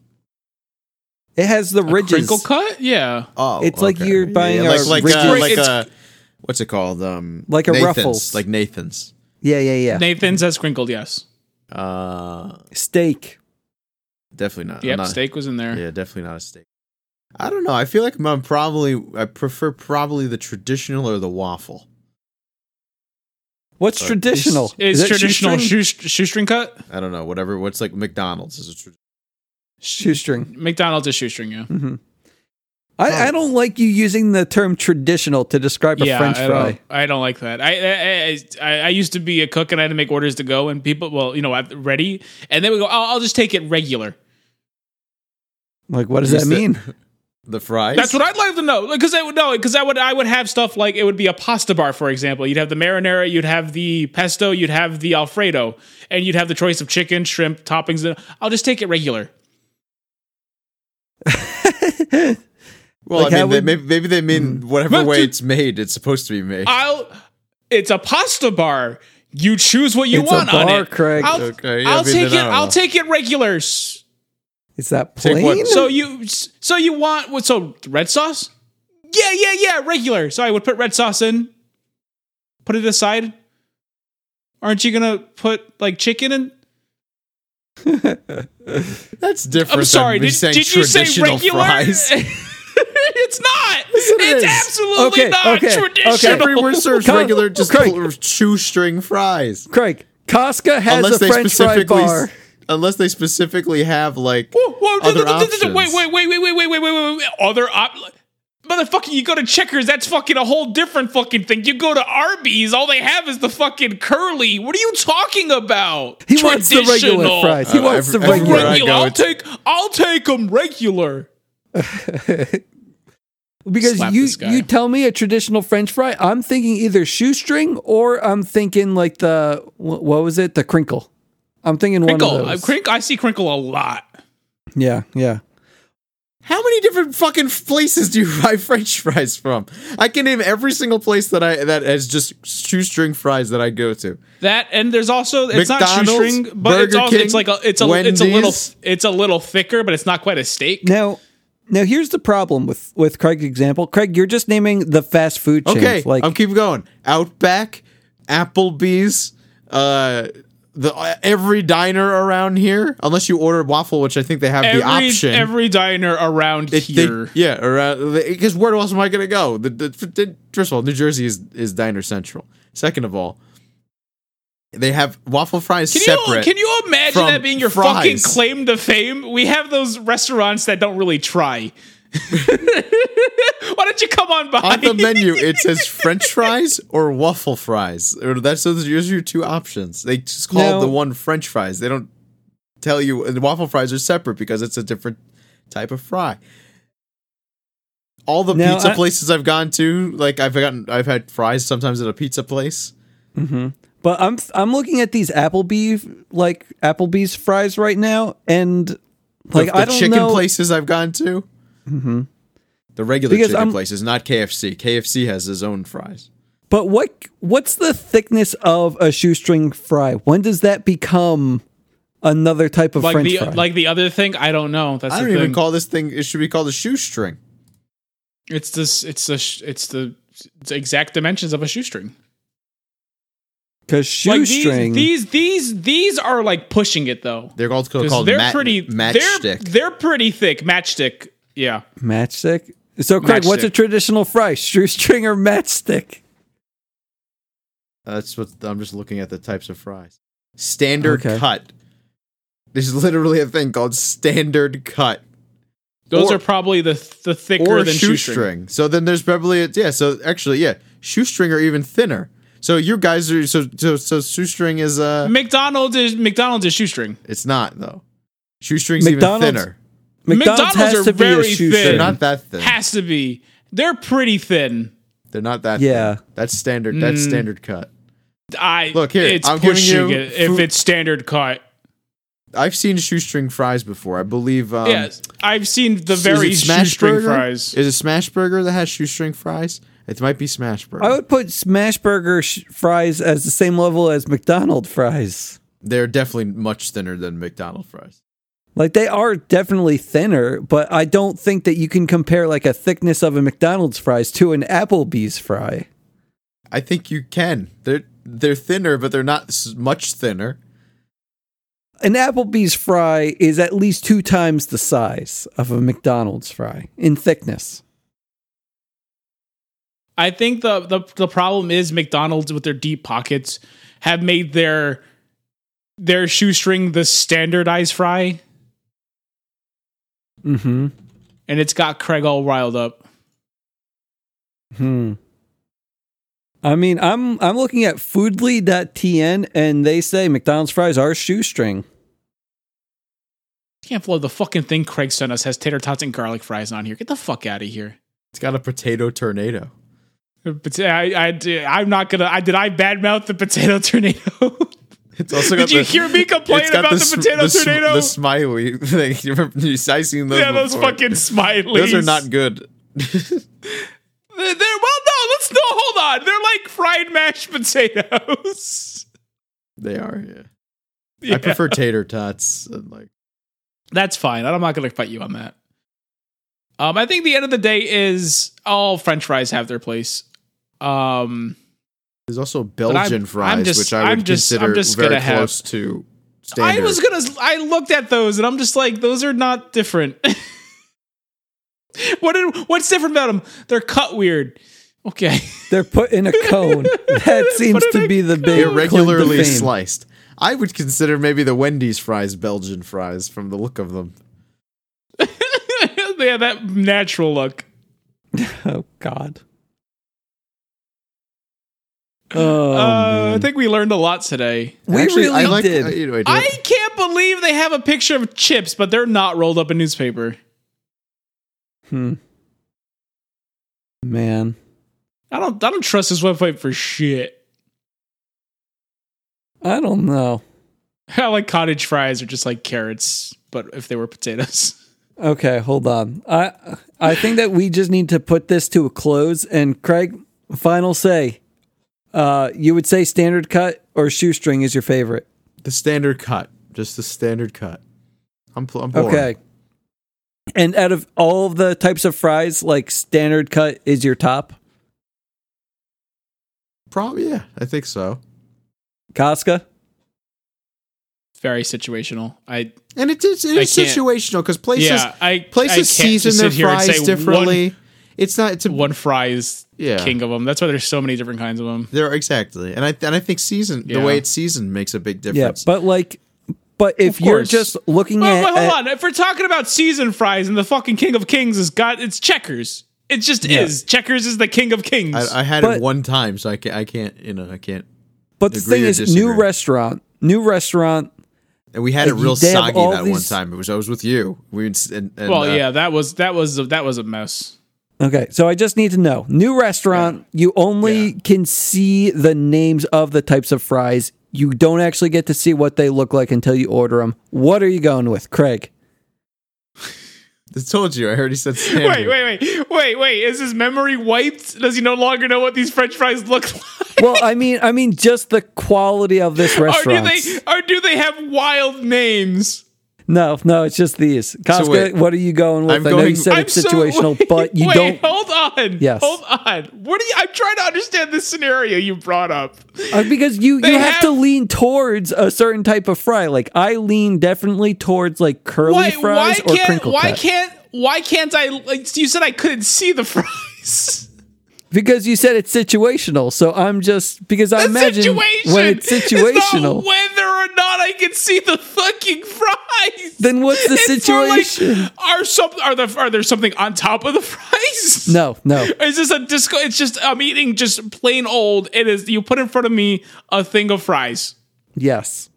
It has the ridges. Crinkle cut. Yeah. Oh, It's like okay. you're buying like, a like, rigid- uh, like It's- a what's it called? Um, Like a Nathan's, Ruffles. like Nathan's. Yeah, yeah, yeah. Nathan's has crinkled. Yes. Uh, Steak. definitely not. Yep. not, steak was in there. Yeah, definitely not a steak. I don't know. I feel like I'm probably I prefer probably the traditional or the waffle. What's traditional? Is It's that traditional shoestring? shoestring, shoestring cut. I don't know. Whatever. What's like McDonald's is a tr- shoestring. McDonald's is shoestring. Yeah. Mm-hmm. I, I don't like you using the term traditional to describe a French I fry. Don't, I don't like that. I I, I I I used to be a cook and I had to make orders to go, and people, well, you know, I'm ready, and then we go. I'll, I'll just take it regular. Like, what does Just that the- mean? the fries. That's what I'd like to know, because I would know, because I would I would have stuff like it would be a pasta bar, for example. You'd have the marinara, you'd have the pesto, you'd have the alfredo, and you'd have the choice of chicken, shrimp, toppings. and- I'll just take it regular. Well, Like, I how mean, they, would- maybe, maybe they mean whatever But way to- it's made. It's supposed to be made. I'll. It's a pasta bar. You choose what you It's a want on bar, it. Craig. I'll, Okay, yeah, I I'll mean, then take it. I don't I'll know. take it regulars. Is that Take plain? what- So you so you want what so red sauce? Yeah, yeah, yeah, regular. So I would put red sauce in. Put it aside. Aren't you gonna put like chicken in? That's different. I'm sorry, Than me did, saying did you say traditional regular? fries. it's not. it is. it's absolutely Okay, not okay, okay. traditional. Everywhere serves Come- regular, just Craig. pl- shoestring fries. Craig, Costco has unless a they French fry specifically, bar. unless they specifically have like Whoa, whoa, other d- d- d- d- options. wait, wait, wait, wait, wait, wait, wait, wait, wait, wait. Other op. Motherfucker, you go to Checkers, that's fucking a whole different fucking thing. You go to Arby's, all they have is the fucking curly. What are you talking about? He wants the regular Traditional. fries. He Uh, wants every- the regular. everywhere I Regular. go, I'll it's- take, I'll take them regular. because Slap you this guy. you tell me a traditional French fry, I'm thinking either shoestring or I'm thinking like the wh- what was it? The crinkle. I'm thinking one Crinkle, of I, those. crink, I see crinkle a lot. yeah, yeah. How many different fucking places do you buy French fries from? I can name every single place that I that has just shoestring fries that I go to. That and there's also it's McDonald's, not shoestring, but it's Burger also King, it's like a it's a it's a little Wendy's. it's a little thicker, but it's not quite a steak. Now, now here's the problem with with Craig's example. Craig, you're just naming the fast food chains. Okay, like I'm keep going. Outback, Applebee's, uh, the uh, every diner around here, unless you order waffle, which I think they have Every the option. every diner around It- they- here. yeah, around because where else am I gonna go? The, the, the- first of all, New Jersey is is diner central. Second of all, they have waffle fries Can you separate. can you imagine from that being your fries. fucking claim to fame? We have those restaurants that don't really try. Why don't you come on by? on the menu, it says French fries or waffle fries. Or that's those are your two options. They just call No. the one French fries. They don't tell you. And waffle fries are separate because it's a different type of fry. All the No, pizza I- places I've gone to, like I've gotten, I've had fries sometimes at a pizza place. But I'm I'm looking at these Applebee's like Applebee's fries right now, and like the, I the don't chicken know. Mm-hmm. places I've gone to. The regular Because chicken I'm- places, not KFC. KFC has his own fries. But what what's the thickness of a shoestring fry? When does that become another type of Like French the fry. like the other thing, I don't know. That's I the don't thing. even call this thing. It should be called a shoestring. it's this. It's the. sh- It's the it's the exact dimensions of a shoestring. Because shoestring. Like these, these these these are like pushing it though. They're called Because called they're mat- pretty matchstick. They're, they're pretty thick. Matchstick. Yeah. matchstick? So, Craig, what's a Matchstick. traditional fry? Shoestring or matchstick? That's what I'm just looking at the types of fries. Standard Okay. cut. There's literally a thing called standard cut Those Or- are probably the the thicker or than shoestring. shoestring. So then there's probably a, yeah. So actually yeah, shoestring are even thinner. So you guys are so so, so shoestring is uh McDonald's is McDonald's is shoestring. it's not though. Shoestring's McDonald's- even thinner. McDonald's, McDonald's has to be a are very They're thin. shoestring. not that thin. Has to be. They're pretty thin. They're not that. Yeah. thin. that's standard. That's Mm. standard cut. I Look, here, It's I'm giving pushing you it if food- it's standard cut. I've seen shoestring fries before. I believe. Um, yes, I've seen the is very it Smash shoestring Burger? fries. Is it Smash Burger that has shoestring fries? It might be Smash Burger. I would put smash burger sh- fries as the same level as McDonald's fries. They're definitely much thinner than McDonald's fries. Like they are definitely thinner, but I don't think that you can compare like a thickness of a McDonald's fries to an Applebee's fry. I think you can. They're they're thinner, but they're not s- much thinner. An Applebee's fry is at least two times the size of a McDonald's fry in thickness. I think the, the the problem is McDonald's with their deep pockets have made their their shoestring the standardized fry, Mm-hmm. and it's got Craig all riled up. Hmm. I mean, I'm I'm looking at foodly.tn and they say McDonald's fries are shoestring. Can't believe the fucking thing Craig sent us has tater tots and garlic fries on here. Get the fuck out of here. It's got a potato tornado. But I, I am not gonna. I did I badmouth the potato tornado. It's also Did got you the- hear me complain it's got about the sm- potato sm- tornado? The smiley thing. You remember? you- I seen those. yeah, those before. fucking smileys. Those are not good. They're, they're- well, no. Let's no. Hold on. They're like fried mashed potatoes. They are. Yeah. Yeah. I prefer tater tots. And like, That's fine. I'm not going to fight you on that. Um, I think the end of the day is all French fries have their place. Um, there's also I'm- Belgian I'm fries, just- which I I'm would just- I'm consider just very gonna have- close to standard. I was gonna. I looked at those and I'm just like, those are not different. what? Did, what's different about them? They're cut weird. Okay. They're put in a cone. That seems Put in to a be the big claim irregularly to fame. sliced. I would consider maybe the Wendy's fries Belgian fries from the look of them. they have that natural look. Oh God. Oh, uh, I man. think we learned a lot today. we really did. uh, you know, I do- I can't believe they have a picture of chips, but they're not rolled up in newspaper. hmm. Man, I don't. I don't trust this website for shit. I don't know. I like cottage fries are just like carrots, but if they were potatoes. Okay, hold on. I I think that we just need to put this to a close. And Craig, final say. Uh, you would say standard cut or shoestring is your favorite. the standard cut, just the standard cut. I'm, pl- I'm bored. Okay. And out of all of the types of fries, like standard cut is your top. Probably yeah, I think so. Casca. Very situational. I And it is it I is can't- situational because places yeah. I I places can't season just their sit here and fries say differently. it's not it's a One, one fry is Yeah. king of them. That's why there's so many different kinds of them. They're exactly, and I and I think season Yeah. the way it's seasoned makes a big Yeah, difference. but like, but if you're course. just looking Oh, at, but at- hold on. If we're talking about season fries and the fucking king of kings is got it's checkers. It just is. Checkers is the king of kings. I, I had but- it one time, so I can't I can't you know I can't. But the Agree thing or is, new disagree? restaurant, new restaurant. And we had it And you- real they have soggy all that one these- time. It was I was with you. We would s- and, and well, uh, yeah, that was that was that was a mess. Okay, so I just need to know new restaurant. You only can see the names of the types of fries. You don't actually get to see what they look like until you order them. What are you going with, Craig? I told you. I already said Samuel. Wait, wait, wait, wait, wait. Is his memory wiped? Does he no longer know what these French fries look like? Well, I mean, I mean, just the quality of this Or do restaurant. they? Or do they have wild names? No, no, it's just these. Costco, wait. what are you going with? i I'm know you going- said it's so- situational, wait, but you wait, don't. Hold on. Yes. Hold on. What do you? I'm trying to understand this scenario you brought up. Uh, because you you They have, to have- lean towards a certain type of fry. Like I lean definitely towards like curly fries or can't? crinkle Why cut. can't? Why can't I? Like you said, I couldn't see the fries. Because you said it's situational, so I'm just because I The imagine situation. when it's is situational, not whether or not I can see the fucking fries. then what's the It's more like, situation? are some are the are there something on top of the fries? no, no. Is this a disco? It's just I'm eating just plain old. It is you put in front of me a thing of fries, Yes,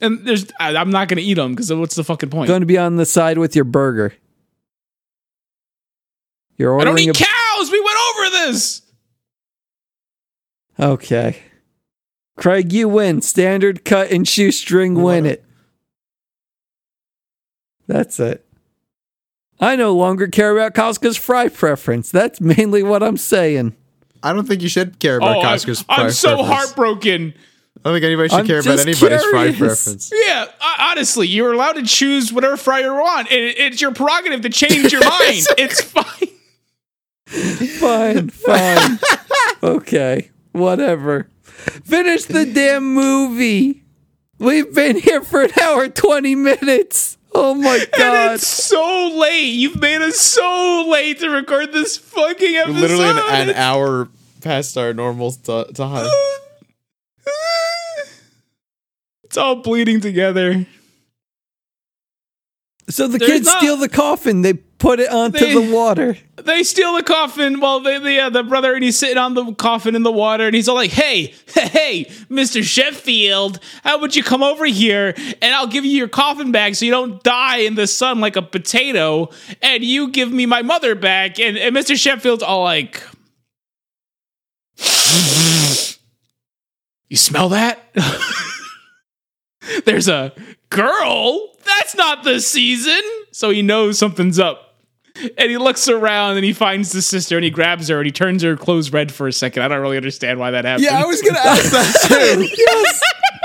and there's I, I'm not gonna eat them because what's the fucking point? going to be on the side with your burger. You're I don't ordering eat a cows. We went over this. Okay. Craig, you win. Standard cut and shoestring win it. That's it. I no longer care about Costco's fry preference. That's mainly what I'm saying. I don't think you should care about Oh, I'm, Costco's I'm fry so preference. heartbroken. I don't think anybody should I'm care about just anybody's fry curious. preference. Yeah, I, honestly, you're allowed to choose whatever fry you want. It, it's your prerogative to change your mind. It's fine. Fine, fine. okay, whatever. Finish the damn movie. We've been here for an hour, 20 minutes. Oh my And God. it's so late. You've made us so late to record this fucking episode. Literally an, an hour past our normal t- time. It's all bleeding together. So the There's kids not- steal the coffin, they put it onto They- the water. They steal the coffin. Well, they, they uh, the brother and he's sitting on the coffin in the water, and he's all like, "Hey, hey, Mister Sheffield, how would you come over here and I'll give you your coffin back so you don't die in the sun like a potato, and you give me my mother back." And, and Mister Sheffield's all like, "You smell that? There's a girl. That's not the season." So he knows something's up. And he looks around and he finds the sister and he grabs her and he turns her clothes red for a second. I don't really understand why that happened. Yeah, I was gonna ask that too. yes.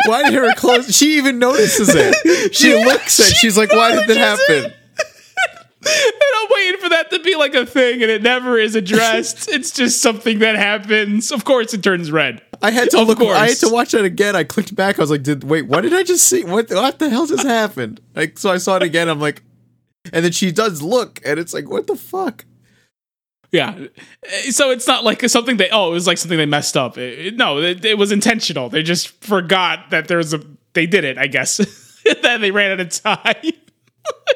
Why did her clothes? She even notices it. She looks at. She's like, "Why did that happen?" and I'm waiting for that to be like a thing, and it never is addressed. it's just something that happens. Of course, it turns red. I had to Of look. I had course. to watch that again. I clicked back. I was like, "Did wait? What did I just see? What? What the hell just happened?" Like, so I saw it again. I'm like, and then she does look, and it's like, "What the fuck?" Yeah. Uh, So it's not like something they, oh, it was like something they messed up. It- it- no, it, it was intentional. They just forgot that there was a, they did it, I guess. then they ran out of time.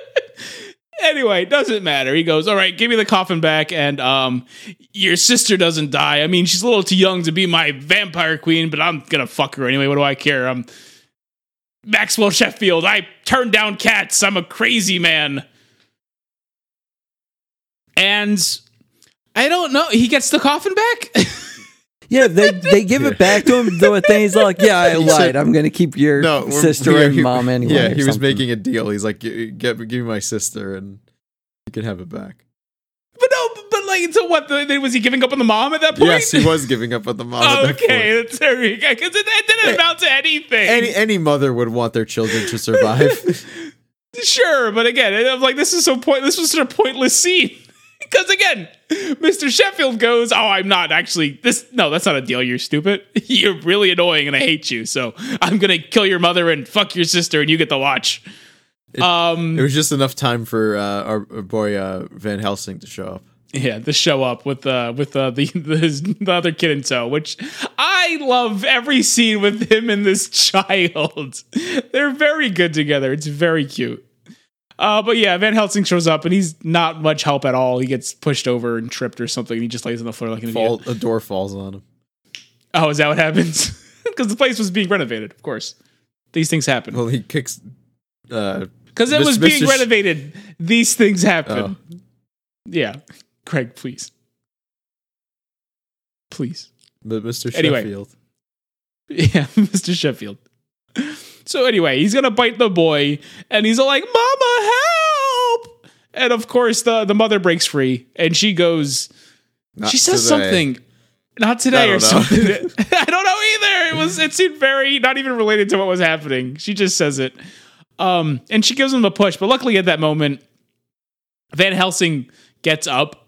anyway, doesn't matter. He goes, all right, give me the coffin back. And um, your sister doesn't die. I mean, she's a little too young to be my vampire queen, but I'm going to fuck her anyway. What do I care? I'm Maxwell Sheffield. I turn down cats. I'm a crazy man. And I don't know. He gets the coffin back. Yeah, they they give it back to him. The thing he's like, yeah, I lied. said- I'm gonna keep your No, we're- sister yeah, and he- mom anyway. Yeah, or he was something. making a deal. He's like, "Gi- "Get, give me my sister, and you can have it back." but no, but like, so what? The, was he giving up on the mom at that point? Yes, he was giving up on the mom. at that point. okay, that's there we go. Because it, it didn't amount to anything. Any any mother would want their children to survive. sure, but again, I'm like, this is so point. This was such a pointless scene. Because again, Mr. Sheffield goes, "Oh, I'm not actually this. No, that's not a deal. You're stupid. You're really annoying, and I hate you. So I'm gonna kill your mother and fuck your sister, and you get the watch." um, it was just enough time for uh, our, our boy uh, Van Helsing to show up. Yeah, the show up with uh with uh, the the, his, the other kid in tow, which I love every scene with him and this child. They're very good together. It's very cute. Uh, but yeah, Van Helsing shows up and he's not much help at all. He gets pushed over and tripped or something. And he just lays on the floor like an idiot. Fall, a door falls on him. Oh, is that what happens? Because the place was being renovated, of course. These things happen Well, he kicks. Uh, because it Mis- was being Mr. Sh- renovated. These things happen. Oh. Yeah, Craig, please, please. but Mr. Anyway. Sheffield. Yeah, Mr. Sheffield. So anyway, he's gonna bite the boy, and he's all like, "Mama, help!" And of course, the the mother breaks free, and she goes. Not she says Uh, today. something. Not today I or don't know. something. I don't know either. It was. It seemed very not even related to what was happening. She just says it, um, and she gives him a push. But luckily, at that moment, Van Helsing gets up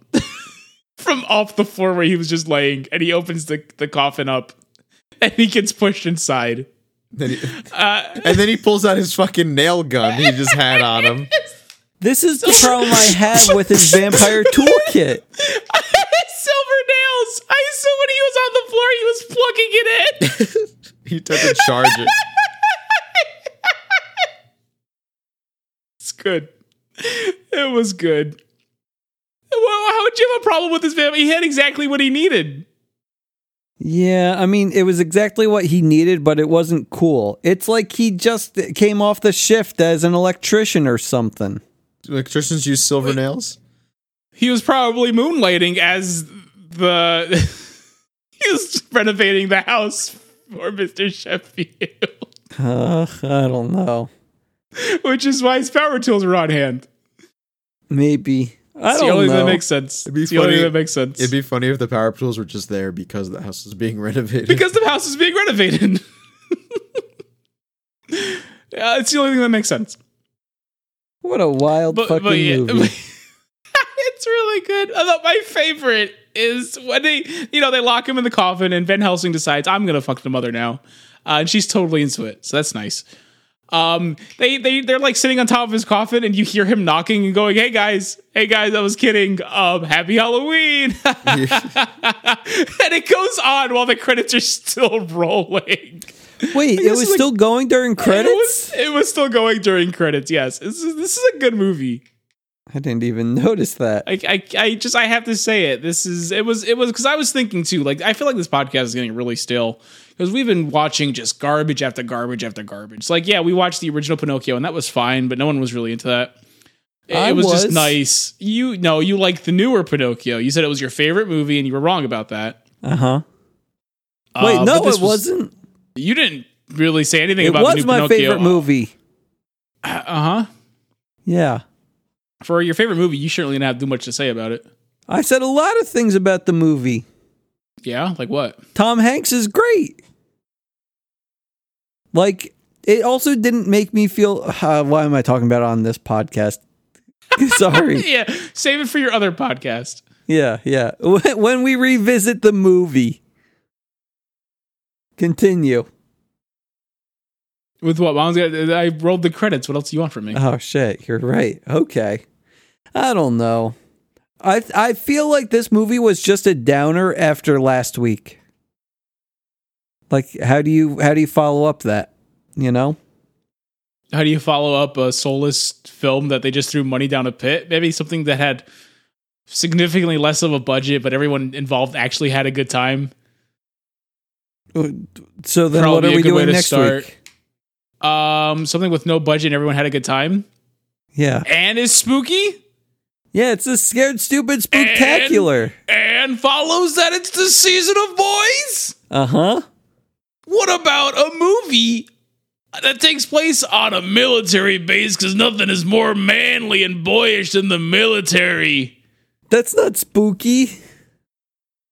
from off the floor where he was just laying, and he opens the the coffin up, and he gets pushed inside. Then he- Uh, and then he pulls out his fucking nail gun he just had on him. This is the problem I have with his vampire toolkit. Silver nails. I assume when he was on the floor, he was plugging it in. He doesn't charge it. It's good. It was good. Well, how would you have a problem with his family? He had exactly what he needed. Yeah, I mean, it was exactly what he needed, but it wasn't cool. It's like he just came off the shift as an electrician or something. Electricians use silver nails. He was probably moonlighting as the he was renovating the house for Mr. Sheffield, Uh, I don't know. which is why his power tools were on hand. Maybe. I It's don't the only know. thing that makes sense. be It's the only funny- thing that makes sense. It'd be funny if the power tools were just there because the house was being renovated. because the house is being renovated. Yeah, it's the only thing that makes sense. what a wild fucking movie. it's really good. Although my favorite is when they, you know, they lock him in the coffin, and Van Helsing decides, "I'm gonna fuck the mother now," uh, and she's totally into it. So that's nice. Um, they they they're like sitting on top of his coffin, and you hear him knocking and going, "Hey guys, hey guys, I was kidding. Um, happy Halloween!" and it goes on while the credits are still rolling. Wait, it guess was like- still going during It was credits? it was still going during credits. Yes, this is this is a good movie. I didn't even notice that. I, I, I just I have to say it. This is it was it was because I was thinking too. Like I feel like this podcast is getting really stale because we've been watching just garbage after garbage after garbage. Like yeah, we watched the original Pinocchio and that was fine, but no one was really into that. It, I it was, just was. nice. You no, you liked the newer Pinocchio. You said it was your favorite movie, and you were wrong about that. Uh huh. Uh, Wait, but no, it this was- wasn't. You didn't really say anything It about the was new my Pinocchio. favorite movie. Uh huh. Yeah. For your favorite movie, you certainly didn't have too much to say about it. I said a lot of things about the movie. Yeah, like what? Tom Hanks is great. Like, it also didn't make me feel. Uh, why am I talking about it on this podcast? Sorry. Yeah, save it for your other podcast. Yeah, yeah. When when we revisit the movie, continue. With what? Mom's got. I rolled the credits. What else do you want from me? Oh shit, you're right. Okay. I don't know. I I feel like this movie was just a downer after last week. Like how do you how do you follow up that, you know? How do you follow up a soulless film that they just threw money down a pit? Maybe something that had significantly less of a budget, but everyone involved actually had a good time. So then Probably what a are we good way doing to next start. week? Um, something with no budget, and everyone had a good time, Yeah. and is spooky, Yeah, it's a scared stupid spooktacular. and follows that it's the season of boys. Uh-huh. What about a movie that takes place on a military base? Because nothing is more manly and boyish than the military. That's not spooky.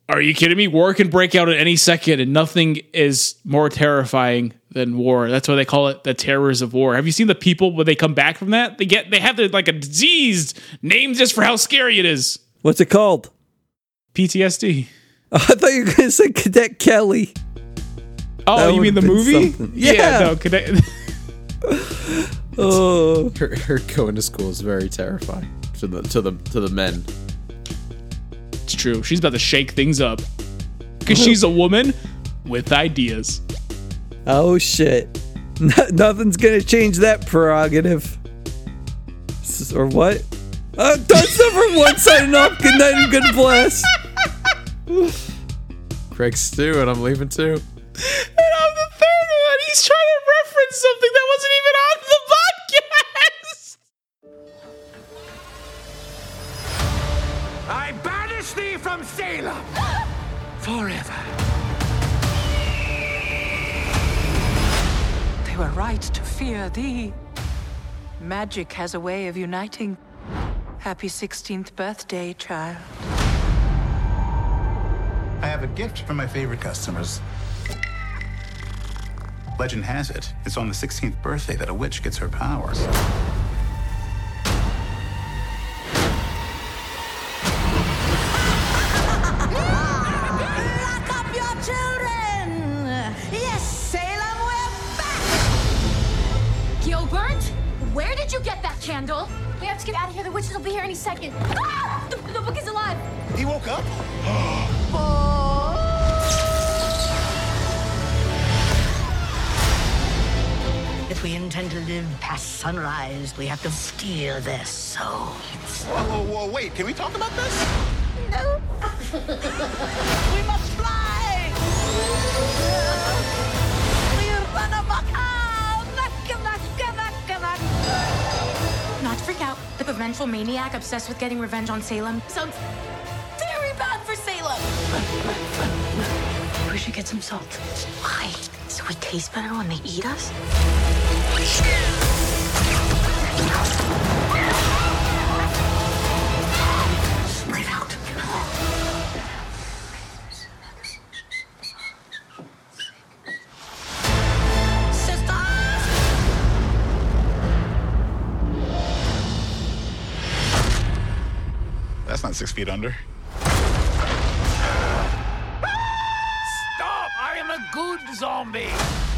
Are you kidding me? War can break out at any second, and nothing is more terrifying than war. That's why they call it the terrors of war. Have you seen the people when they come back from that? They get they have their, like a disease name just for how scary it is. What's it called? PTSD. I thought you were going to say Cadet Kelly. Oh, That you mean the would've been movie? something. Yeah. Yeah. No. Could I, Oh. her, her going to school is very terrifying to the to the to the men. it's true. She's about to shake things up because she's a woman with ideas. Oh shit. No- nothing's gonna change that prerogative. S- Or what? Uh, that's number one signing off. Good night and good bless. Craig's too, and I'm leaving too. And I'm the third one. He's trying to reference something that wasn't even on the podcast. I banish thee from Salem forever. They were right to fear thee. Magic has a way of uniting Happy 16th birthday, child. I have a gift for my favorite customers. Legend has it, it's on the 16th birthday that a witch gets her powers. Lock up your children! Yes, Salem, we're back! Gilbert, where did you get that candle? We have to get out of here. The witches will be here any second. Ah! The, the book is alive. He woke up? If we intend to live past sunrise, we have to steal their souls. Whoa, whoa, whoa, wait, can we talk about this? No! we must fly! We're gonna walk out! Knock, knock, knock, knock. Not to freak out. The revengeful maniac obsessed with getting revenge on Salem sounds very bad for Salem. We should get some salt. Why? So we taste better when they eat us? Spread out. Sisters! That's not six feet under. Stop! I am a good zombie!